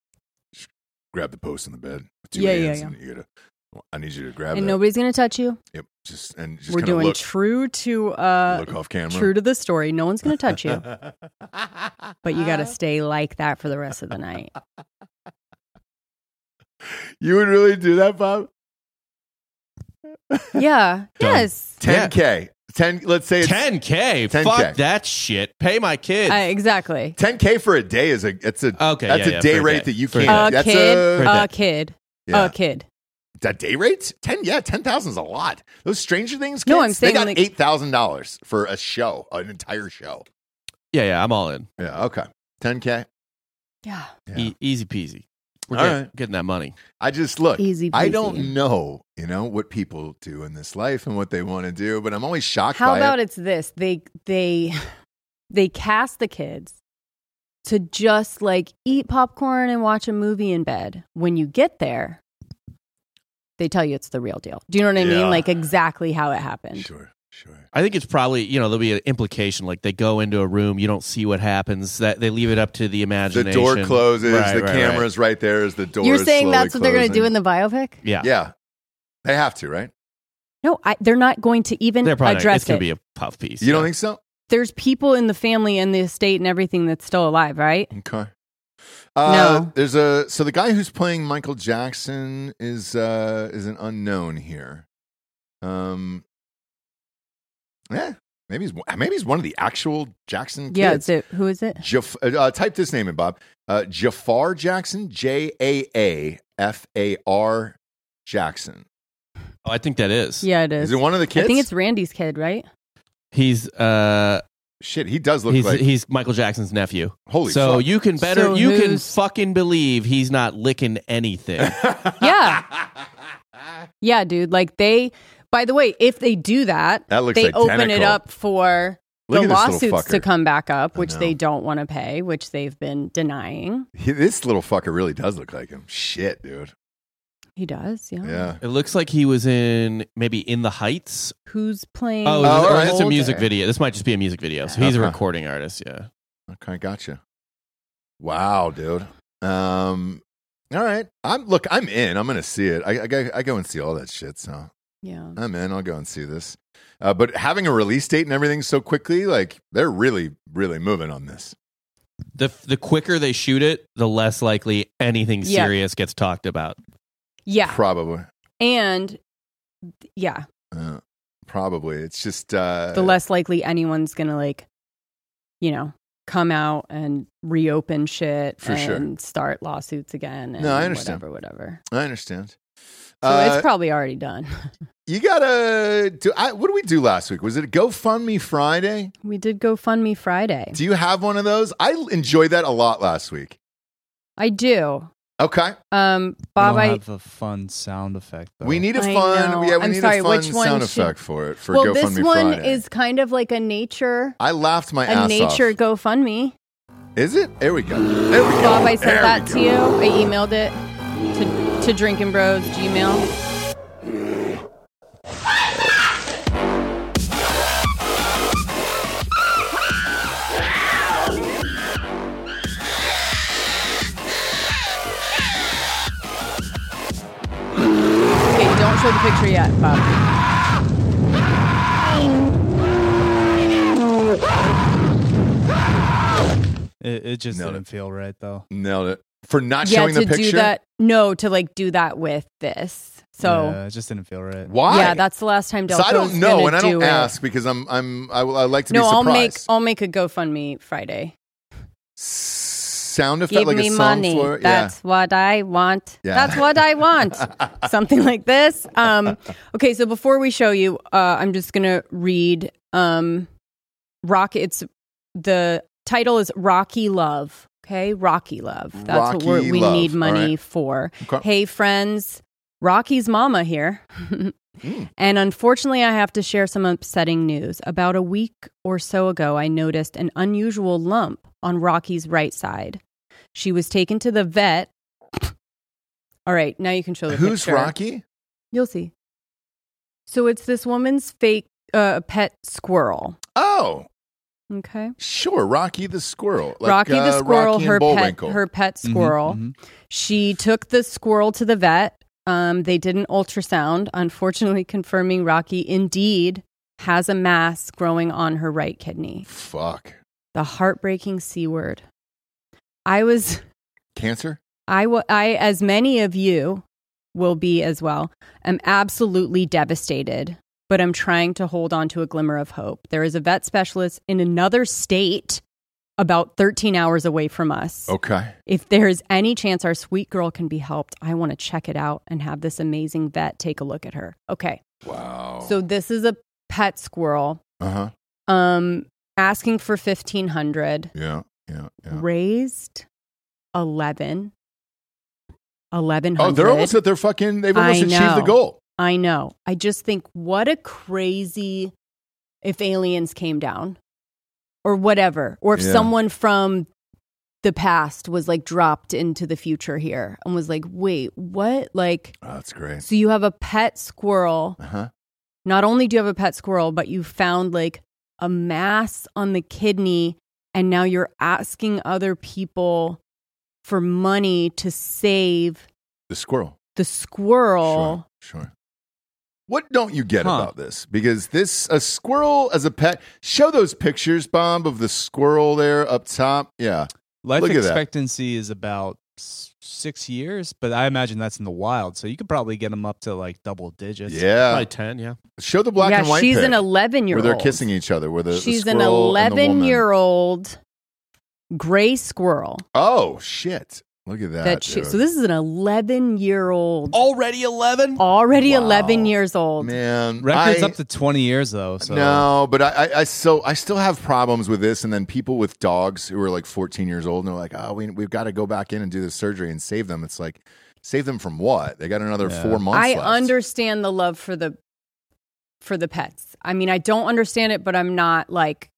S1: sh- grab the post in the bed with two
S2: Yeah, yeah,
S1: hands,
S2: yeah.
S1: and you gotta. I need you to grab
S2: And
S1: that.
S2: nobody's going to touch you.
S1: yep, just and just
S2: We're
S1: kind of
S2: doing
S1: look,
S2: true to uh,
S1: look off camera.
S2: true to the story. No one's going to touch you, but you got to stay like that for the rest of the night.
S1: <laughs> You would really do that, Bob?
S2: Yeah. Yes.
S1: Ten k, ten. Let's say it's
S5: 10K.
S1: 10K.
S5: Fuck that shit. Pay my kids.
S2: Uh, exactly.
S1: 10k for a day is a it's a
S5: Okay,
S1: that's a
S5: yeah, yeah,
S1: day
S5: for a
S1: rate that
S5: day.
S1: you
S5: For a
S1: can't
S5: Yeah,
S2: a
S1: that's
S2: kid,
S1: a,
S2: a,
S5: that.
S2: kid,
S1: yeah.
S2: a kid. Uh,
S1: that day rate 10 yeah 10,000 is a lot those stranger things kids,
S2: No, I'm saying,
S1: they got
S2: like-
S1: $8,000 for a show an entire show
S5: yeah, yeah, I'm all in.
S1: yeah okay 10k
S2: Yeah.
S1: yeah.
S5: E- easy peasy. We're
S1: All
S5: getting,
S1: right.
S5: getting that money.
S1: I just look
S2: Easy
S1: I
S2: peasy.
S1: don't know you know what people do in this life and what they want to do but I'm always shocked
S2: How
S1: by
S2: about
S1: it.
S2: it's this? They they <laughs> they cast the kids to just like eat popcorn and watch a movie in bed. When you get there, they tell you it's the real deal. Do you know what I
S1: Yeah.
S2: mean? Like exactly how it happened.
S1: sure sure
S5: I think it's probably, you know, there'll be an implication. Like they go into a room, you don't see what happens. That They leave it up to the
S1: the
S5: imagination.
S1: door closes
S5: Right,
S1: the
S5: right, right.
S1: camera's right. there as the door
S2: You're
S1: is
S2: saying
S1: slowly
S2: that's what they're going to do in
S1: closing.
S2: the biopic?
S5: Yeah.
S1: yeah they have to right
S2: No, I, they're not going to even
S5: They're probably,
S2: address
S5: it's going
S2: it.
S5: to be a puff piece.
S1: you don't
S5: yeah.
S1: think so
S2: There's people in the family and the estate and everything that's still alive, right?
S1: okay Uh,
S2: No.
S1: There's a so the guy who's playing Michael Jackson is uh is an unknown here. Um. Yeah, maybe he's maybe he's one of the actual Jackson. Kids.
S2: Yeah, it's it. Who is it?
S1: Jaf- uh, uh, type this name in, Bob. Uh, Jafar Jackson, J A A F A R Jackson.
S5: Oh, I think that is.
S2: Yeah, it is.
S1: Is it one of the kids?
S2: I think it's Randy's kid, right?
S5: He's uh
S1: Shit, he does look
S5: he's
S1: like
S5: he's Michael Jackson's nephew.
S1: holy. <laughs>
S5: so
S1: fuck.
S5: you can better
S2: So
S5: you can
S2: who's-
S5: fucking believe he's not licking
S1: <laughs>
S5: anything.
S2: Yeah. yeah, dude. Like they. By the way, if they do that,
S1: That looks
S2: they open it
S1: identical.
S2: up for
S1: Look
S2: the
S1: at this little
S2: lawsuits to
S1: fucker.
S2: come back up,
S1: I
S2: which
S1: know.
S2: they don't want to pay, which they've been denying.
S1: He- this little fucker really does look like him. Shit, dude.
S2: He does, yeah.
S1: Yeah.
S5: it looks like he was in maybe in the Heights.
S2: Who's playing?
S5: Oh,
S1: Oh, Uh-huh. all
S5: this- or
S1: right.
S5: that's a music
S2: older?
S5: video. This might just be a music video. So he's a
S1: Okay.
S5: recording artist, yeah.
S1: Okay, gotcha. Wow, dude. Um, all right. I'm look. I'm in. I'm gonna see it. I, I go- I go and see all that shit. So
S2: Yeah.
S1: I'm in. I'll go and see this. Uh, but having a release date and everything so quickly, like they're really, really moving on this.
S5: The the quicker they shoot it, the less likely anything
S2: Yeah.
S5: serious gets talked about.
S2: Yeah.
S1: Probably.
S2: And yeah,
S1: Uh, probably. It's just uh,
S2: the less likely anyone's going to like, you know, come out and reopen shit
S1: For sure.
S2: and start lawsuits again and
S1: No, I understand.
S2: whatever, whatever.
S1: I understand.
S2: So
S1: Uh,
S2: it's probably already done.
S1: you gotta do. I, what did we do last week? Was it GoFundMe Friday?
S2: We did GoFundMe Friday.
S1: Do you have one of those? I enjoyed that a lot last week.
S2: I do.
S1: Okay,
S2: Um, Bob,
S3: I
S2: I
S3: have a fun sound effect. Though.
S1: we need a
S2: I
S1: fun.
S2: know.
S1: Yeah, we
S2: I'm
S1: need
S2: sorry,
S1: a fun
S2: which one
S1: sound
S2: should-
S1: effect for it for
S2: well,
S1: GoFundMe
S2: this one
S1: Friday.
S2: is kind of like a nature,
S1: I laughed my
S2: a
S1: ass
S2: nature
S1: off.
S2: GoFundMe.
S1: Is it? There we go. There we go.
S2: Bob, I sent
S1: There
S2: that
S1: we
S2: to
S1: go.
S2: you. I emailed it to to Drinking Bros Gmail. Okay, don't show the picture yet, Bob.
S3: It, it just
S1: No,
S3: didn't feel right though.
S1: Nailed it for not
S2: yeah,
S1: showing
S2: to
S1: the picture.
S2: do that. No, to like do that with this. So.
S3: yeah, it just didn't feel right.
S1: Why?
S2: Yeah, that's the last time Delco's
S1: so I don't know,
S2: gonna
S1: and I
S2: do
S1: don't
S2: it.
S1: ask because I'm I'm I, I like to
S2: No,
S1: be
S2: I'll
S1: surprised.
S2: make I'll make a GoFundMe Friday.
S1: Sound effect
S2: Give
S1: like
S2: me
S1: a song
S2: money.
S1: for yeah.
S2: That's what I want.
S1: Yeah.
S2: That's what
S1: <laughs>
S2: I want. Something like this. Um, okay, so before we show you, uh, I'm just gonna read um, Rock. It's the title is Rocky Love. Okay, Rocky Love. That's what we're,
S1: Rocky
S2: we
S1: Love.
S2: need
S1: All
S2: money
S1: right.
S2: for.
S1: Okay.
S2: Hey, friends. Rocky's mama here. And unfortunately, I have to share some upsetting news. About a week or so ago, I noticed an unusual lump on Rocky's right side. She was taken to the vet. All right, now you can show the
S1: Who's
S2: picture.
S1: Rocky?
S2: You'll see. So it's this woman's fake uh, pet squirrel.
S1: Oh,
S2: Okay.
S1: sure, Rocky the squirrel. Like,
S2: Rocky
S1: uh,
S2: the squirrel,
S1: Rocky and
S2: her pet,
S1: Bullwinkle. Mm-hmm,
S2: her pet
S3: Mhm,
S2: squirrel.
S3: mhm.
S2: She took the squirrel to the vet. Um, they did an ultrasound, unfortunately confirming Rocky indeed has a mass growing on her right kidney.
S1: Fuck
S2: The heartbreaking C word. I was,
S1: cancer.
S2: I, wa- I, as many of you will be as well, am absolutely devastated, but I'm trying to hold on to a glimmer of hope. There is a vet specialist in another state about 13 hours away from us.
S1: Okay,
S2: If there is any chance our sweet girl can be helped, I want to check it out and have this amazing vet take a look at her. Okay.
S1: wow.
S2: So this is a pet squirrel
S1: uh huh.
S2: um asking for 1500
S1: Yeah, yeah, yeah.
S2: raised 11 1100
S1: Oh, they're almost at their fucking. They've almost
S2: I
S1: achieved
S2: know.
S1: the goal.
S2: I know. I just think what a crazy if aliens came down or whatever, or if
S1: Yeah.
S2: someone from the past was like dropped into the future here and was like, wait, what? Like,
S1: Oh, that's great.
S2: so you have a pet squirrel.
S1: Uh huh.
S2: Not only do you have a pet squirrel, but you found like a mass on the kidney, and now you're asking other people for money to save
S1: The squirrel.
S2: the squirrel.
S1: Sure, sure. What don't you get
S3: Huh.
S1: about this? Because this a squirrel as a pet. Show those pictures, Bob, of the squirrel there up top. Yeah,
S3: Life
S1: Look at that.
S3: expectancy is about s- six years, but I imagine that's in the wild. So you could probably get them up to like double digits.
S1: yeah.
S5: Probably 10, yeah.
S1: Show the black
S2: yeah,
S1: and white.
S2: she's
S1: pic
S2: an 11 year
S1: where
S2: old.
S1: they're kissing each other. Where the the
S2: She's an
S1: squirrel and the
S2: 11
S1: woman.
S2: year old gray squirrel.
S1: Oh shit! Look at that.
S2: That she,
S1: dude.
S2: so this is an 11 year old,
S5: Already 11?
S2: already
S1: Oh, Wow.
S2: 11 years old.
S1: man
S3: Records
S1: I-
S3: up to twenty years though. So
S1: No, but I, I, I so I still have problems with this, and then people with dogs who are like 14 years old and they're like, oh, we we've got to go back in and do the surgery and save them. It's like, save them from what? They got another
S3: Yeah.
S1: four months.
S2: I
S1: left.
S2: understand the love for the for the pets. I mean, I don't understand it, but I'm not like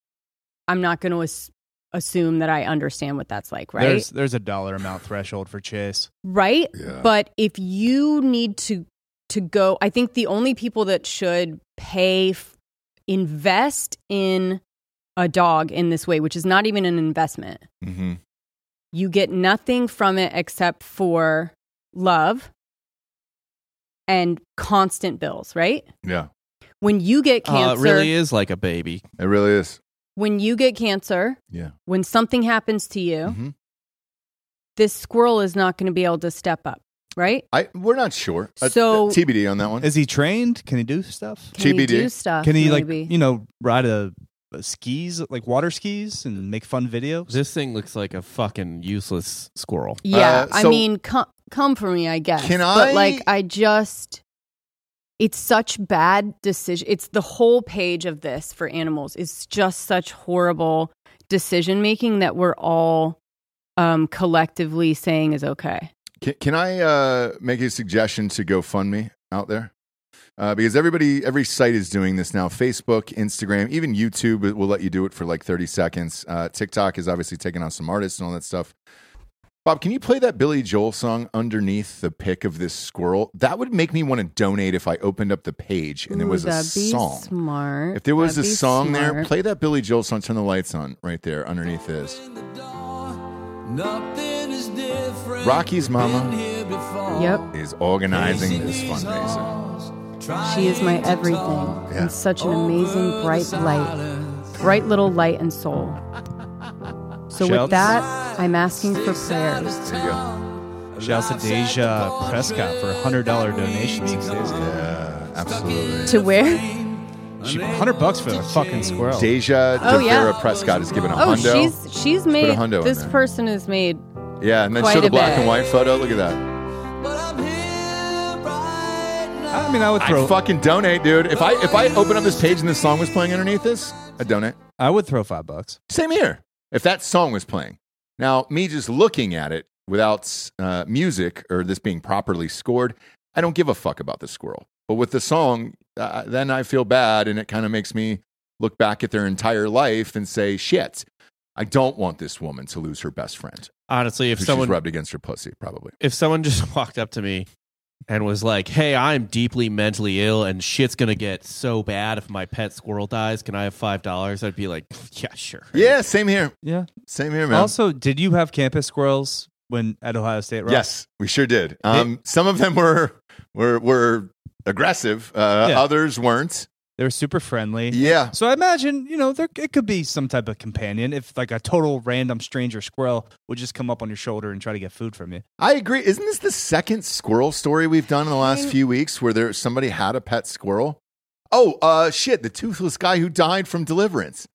S2: I'm not going to as- assume that I understand what that's like, right?
S3: there's there's a dollar amount threshold for Chase.
S2: right?
S1: Yeah.
S2: But if you need to to go, I think the only people that should pay f- invest in a dog in this way, which is not even an investment.
S3: Mm-hmm.
S1: hmm
S2: You get nothing from it except for love and constant bills, right?
S1: Yeah,
S2: when you get
S5: Uh,
S2: cancer
S5: it really is like a baby.
S1: it really is.
S2: when you get cancer
S1: Yeah.
S2: when something happens to you
S1: Mhm.
S2: this squirrel is not going to be able to step up right
S1: I we're not sure. Uh,
S2: So-
S1: TBD on that one.
S3: Is he trained? Can he do stuff?
S2: can he
S1: TBD.
S2: do stuff
S3: Can he
S2: Uh, maybe?
S3: like you know ride a, a skis like water skis and make fun videos?
S5: This thing looks like a fucking useless squirrel.
S1: Uh,
S2: yeah i
S1: so-
S2: mean come come for me i guess
S1: Can I-
S2: but like i just it's such bad decision it's the whole page of this for animals it's just such horrible decision making that we're all um collectively saying is okay
S1: Can, can I uh, make a suggestion to GoFundMe out there? Uh, because everybody, every site is doing this now. Facebook, Instagram, even YouTube will let you do it for like 30 seconds. Uh, TikTok is obviously taking on some artists and all that stuff. Bob, can you play that Billy Joel song underneath the pick of this squirrel? That would make me want to donate if I opened up the page and there
S2: Ooh,
S1: was a
S2: that'd be
S1: song.
S2: smart
S1: If there was
S2: That'd
S1: a
S2: be
S1: song there,
S2: smart.
S1: play that Billy Joel song, turn the lights on right there underneath this.
S4: In the door, nothing is different.
S1: Rocky's mama
S4: Been here before.
S2: Yep.
S1: Is organizing
S4: Facing
S1: this
S4: these
S1: fundraiser.
S4: halls,
S2: She is my
S4: trying to
S2: everything
S4: talk
S1: Yeah.
S2: and such an
S4: over
S2: amazing
S4: the
S2: bright light,
S4: silence.
S2: bright little light and soul. So
S3: Shouts.
S2: with that, I'm asking for prayers.
S1: There you go.
S3: Shouts to Deja Prescott for a hundred dollar donation six days ago.
S1: Yeah, Uh, absolutely.
S2: To where?
S3: She hundred bucks for the fucking squirrel.
S1: Deja
S2: Oh,
S1: DeVera
S2: yeah.
S1: Prescott is given a
S2: Oh,
S1: hundo.
S2: she's she's made
S1: hundo in
S2: this
S1: there.
S2: person is made.
S1: yeah, and then
S2: quite
S1: show the
S2: a
S1: black
S2: bit.
S1: and white photo. Look at that.
S4: But I'm here right now.
S3: I mean, I would
S1: I
S3: throw
S1: fucking donate, dude. If I if I open up this page and this song was playing underneath this, I donate.
S3: I would throw five bucks.
S1: Same here. If that song was playing, now me just looking at it without uh, music or this being properly scored, I don't give a fuck about the squirrel. But with the song, uh, then I feel bad, and it kind of makes me look back at their entire life and say, shit. I don't want this woman to lose her best friend.
S5: Honestly, if
S1: who
S5: someone
S1: she's rubbed against her pussy, probably.
S5: if someone <laughs> just walked up to me and was like, "Hey, I'm deeply mentally ill, and shit's gonna get so bad if my pet squirrel dies. Can I have five dollars?" I'd be like, <laughs> "Yeah, sure."
S1: Yeah, same here.
S3: Yeah.
S1: Same here, man.
S3: Also, did you have campus squirrels when at Ohio State? Rob?
S1: yes, we sure did. Um, some of them were were were aggressive. Uh,
S3: Yeah.
S1: Others weren't.
S3: they were super friendly.
S1: Yeah,
S3: So I imagine you know there it could be some type of companion if like a total random stranger squirrel would just come up on your shoulder and try to get food from you.
S1: I agree. Isn't this the second squirrel story we've done in the last few weeks where there somebody had a pet squirrel? Oh, uh, shit! The toothless guy who died from Deliverance.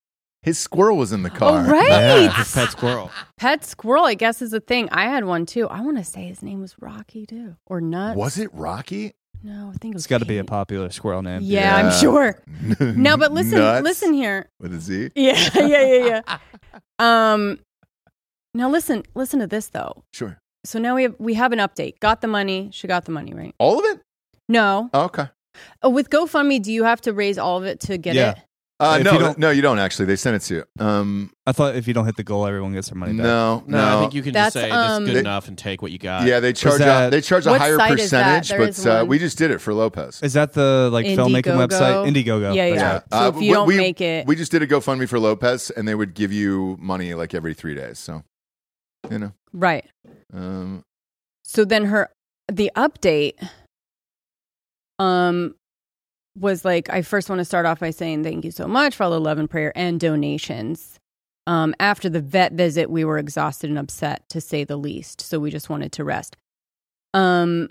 S1: His squirrel was in the car. <laughs>
S2: Oh right,
S5: <laughs> His pet squirrel.
S2: pet squirrel. I guess is a thing. I had one too. I want to say his name was Rocky too, or Nuts.
S1: Was it Rocky?
S2: No, I think it was.
S3: It's got to be a
S2: Kate.
S3: popular squirrel name.
S2: Yeah, I'm
S1: Yeah. Mm-hmm.
S2: sure. No, but listen,
S1: <laughs> Nuts
S2: listen here. <laughs>
S1: With a Z.
S2: Yeah, yeah, yeah, yeah. Um, now listen, listen to this though.
S1: Sure.
S2: So now we have we have an update. Got the money. She got the money, right?
S1: All of it.
S2: No.
S1: Oh, okay.
S2: Oh, with GoFundMe, do you have to raise all of it to get
S3: Yeah.
S2: it?
S1: Uh,
S3: If
S1: no,
S3: you don't-
S1: no, you don't actually. They sent it to you. Um,
S3: I thought if you don't hit the goal, everyone gets their money back.
S1: no,
S5: No, I think you can
S2: That's,
S5: just say
S2: um,
S5: this is good
S1: They-
S5: enough and take what you got.
S1: Yeah, they charge
S3: that-
S1: a, they charge a
S2: What
S1: higher
S2: site is that?
S1: percentage,
S2: There
S1: but
S2: is
S1: uh,
S2: one.
S1: we just did it for Lopez.
S3: Is that the like filmmaking
S2: Indiegogo?
S3: website Indiegogo?
S2: Yeah,
S3: That's
S2: yeah.
S3: right.
S2: So if you
S1: Uh, we-
S2: don't
S1: we,
S2: make it-
S1: we just did a GoFundMe for Lopez, and they would give you money like every three days. So, you know,
S2: Right.
S1: um,
S2: So then her the update um was like I first want to start off by saying thank you so much for all the love and prayer and donations. Um, after the vet visit, we were exhausted and upset, to say the least. So we just wanted to rest. Um,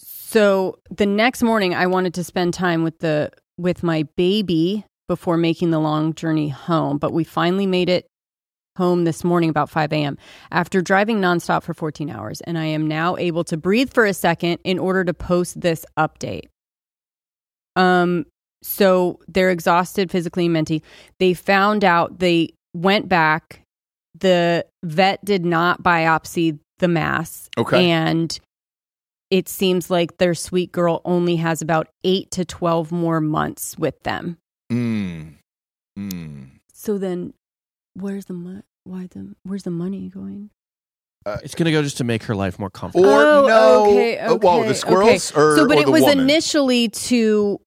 S2: so the next morning, I wanted to spend time with the with my baby before making the long journey home. But we finally made it home this morning about 5 a.m. after driving nonstop for 14 hours, and I am now able to breathe for a second in order to post this update. Um, so they're exhausted physically and mentally. They found out they went back. The vet did not biopsy the mass.
S1: Okay.
S2: And it seems like their sweet girl only has about eight to 12 more months with them.
S1: Mm. Mm.
S2: So then where's the money? Why the where's the money going?
S5: It's gonna go just to make her life more comfortable.
S1: Or
S2: Oh,
S1: no?
S2: okay,
S1: uh, well,
S2: okay,
S1: the squirrels
S2: okay.
S1: or
S2: so, but
S1: or
S2: it
S1: the
S2: was
S1: woman?
S2: initially to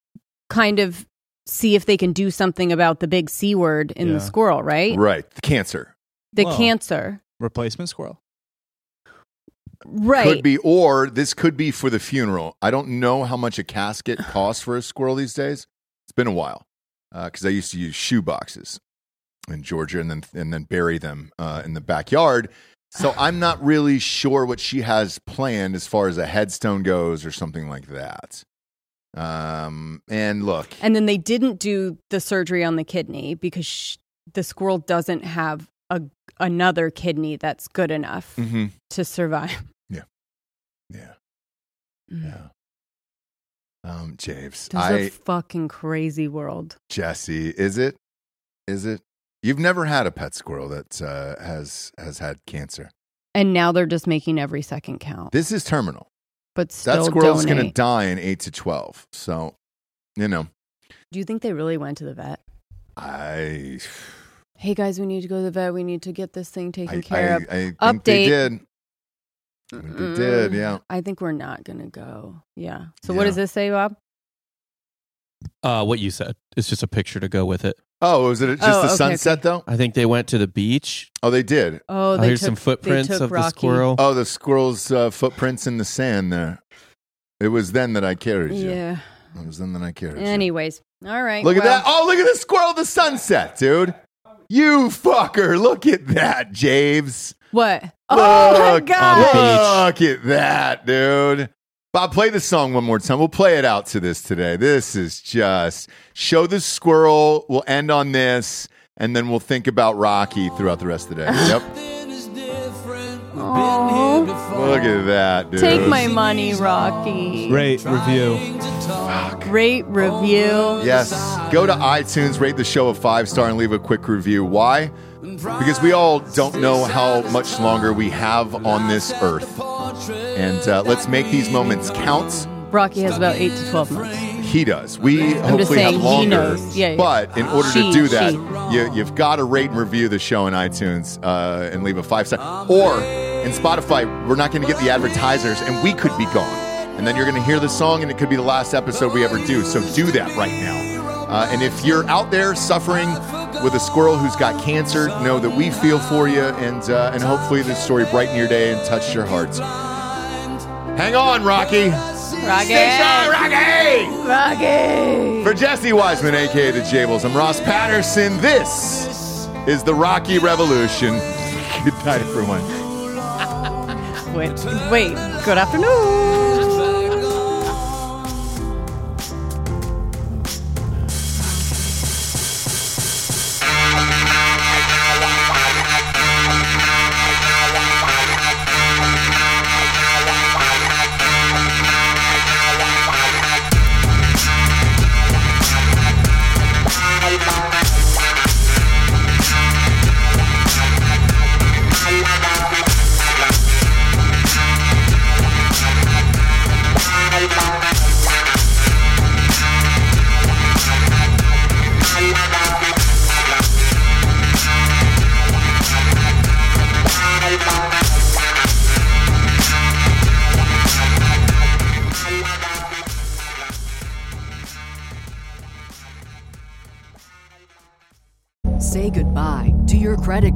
S2: kind of see if they can do something about the big C word in
S3: Yeah.
S2: the squirrel, right?
S1: right the cancer
S2: The
S3: Well,
S2: cancer,
S3: Replacement squirrel.
S2: right?
S1: could be or this could be for the funeral. I don't know how much a casket costs for a squirrel these days. It's been a while because I used to use shoe boxes in Georgia and then and then bury them uh, in the backyard. So I'm not really sure what she has planned as far as a headstone goes or something like that. Um, and look,
S2: and then they didn't do the surgery on the kidney because sh- the squirrel doesn't have a another kidney that's good enough
S1: Mhm.
S2: to survive.
S1: yeah,
S2: Mm.
S1: yeah. Um, James,
S2: This is
S1: I
S2: a fucking crazy world.
S1: Jesse, is it? Is it? You've never had a pet squirrel that uh, has has had cancer.
S2: And now they're just making every second count.
S1: This is terminal.
S2: But
S1: That
S2: still,
S1: squirrel's going to
S2: donate.
S1: die in eight to twelve. So, you know,
S2: Do you think they really went to the vet?
S1: I
S2: hey guys, we need to go to the vet. We need to get this thing
S1: I,
S2: taken
S1: I,
S2: care of.
S1: I think they
S2: Update.
S1: did. I think They did.
S2: Mm-mm.
S1: Yeah.
S2: I think we're not going to go. Yeah. So what
S1: Yeah.
S2: does this say, Bob?
S5: Uh, what you said. It's just a picture to go with it.
S1: Oh, was it just
S2: Oh,
S1: the
S2: okay,
S1: sunset though?
S5: I think they went to the beach.
S1: Oh, they did.
S2: Oh,
S5: Oh,
S2: they
S5: Here's
S2: took,
S5: some footprints
S2: they took
S5: of
S2: Rocky.
S5: the squirrel.
S1: Oh, the squirrel's uh, footprints in the sand there. It was then that I carried you.
S2: Yeah.
S1: It was then that I carried you.
S2: Anyways, all right.
S1: Look at
S2: well,
S1: that. Oh, look at the squirrel of the sunset, dude. You fucker. Look at that, Javes.
S2: What? Oh my
S1: Look.
S2: god.
S1: Look at that, dude. Bob, play the song one more time. We'll play it out to this today. This is just show the squirrel. We'll end on this, and then we'll think about Rocky throughout the rest of the day. Yep.
S4: Nothing is different. We've
S2: Aw.
S4: been here before.
S1: Look at that, dude.
S2: Take my money, Rocky.
S3: Rate, review.
S4: Trying to talk.
S2: Rate, review.
S1: Yes. Go to iTunes, rate the show a five star, and leave a quick review. Why? Because we all don't know how much longer we have on this earth. And uh, let's make these moments count.
S2: Rocky has about 8 to 12 months.
S1: He does. We
S2: just
S1: hopefully
S2: saying,
S1: have
S2: he
S1: longer.
S2: knows. Yeah, yeah.
S1: But in order to
S2: She-
S1: do that,
S2: she.
S1: you, you've got to rate and review the show on iTunes uh, and leave a five star. Or in Spotify, we're not going to get the advertisers and we could be gone. And then you're going to hear the song and it could be the last episode we ever do. So do that right now. Uh, and if you're out there suffering with a squirrel who's got cancer, know that we feel for you and, uh, and hopefully this story brightened your day and touched your hearts. Hang on, Rocky. Stay strong,
S2: Rocky.
S1: Rocky!
S2: Rocky.
S1: For Jesse Wiseman, aka The Jables, I'm Ross Patterson. This is the Rocky Revolution. <laughs> Good night, everyone.
S2: Wait. Wait. Good afternoon.
S6: Thank
S7: Say goodbye to your credit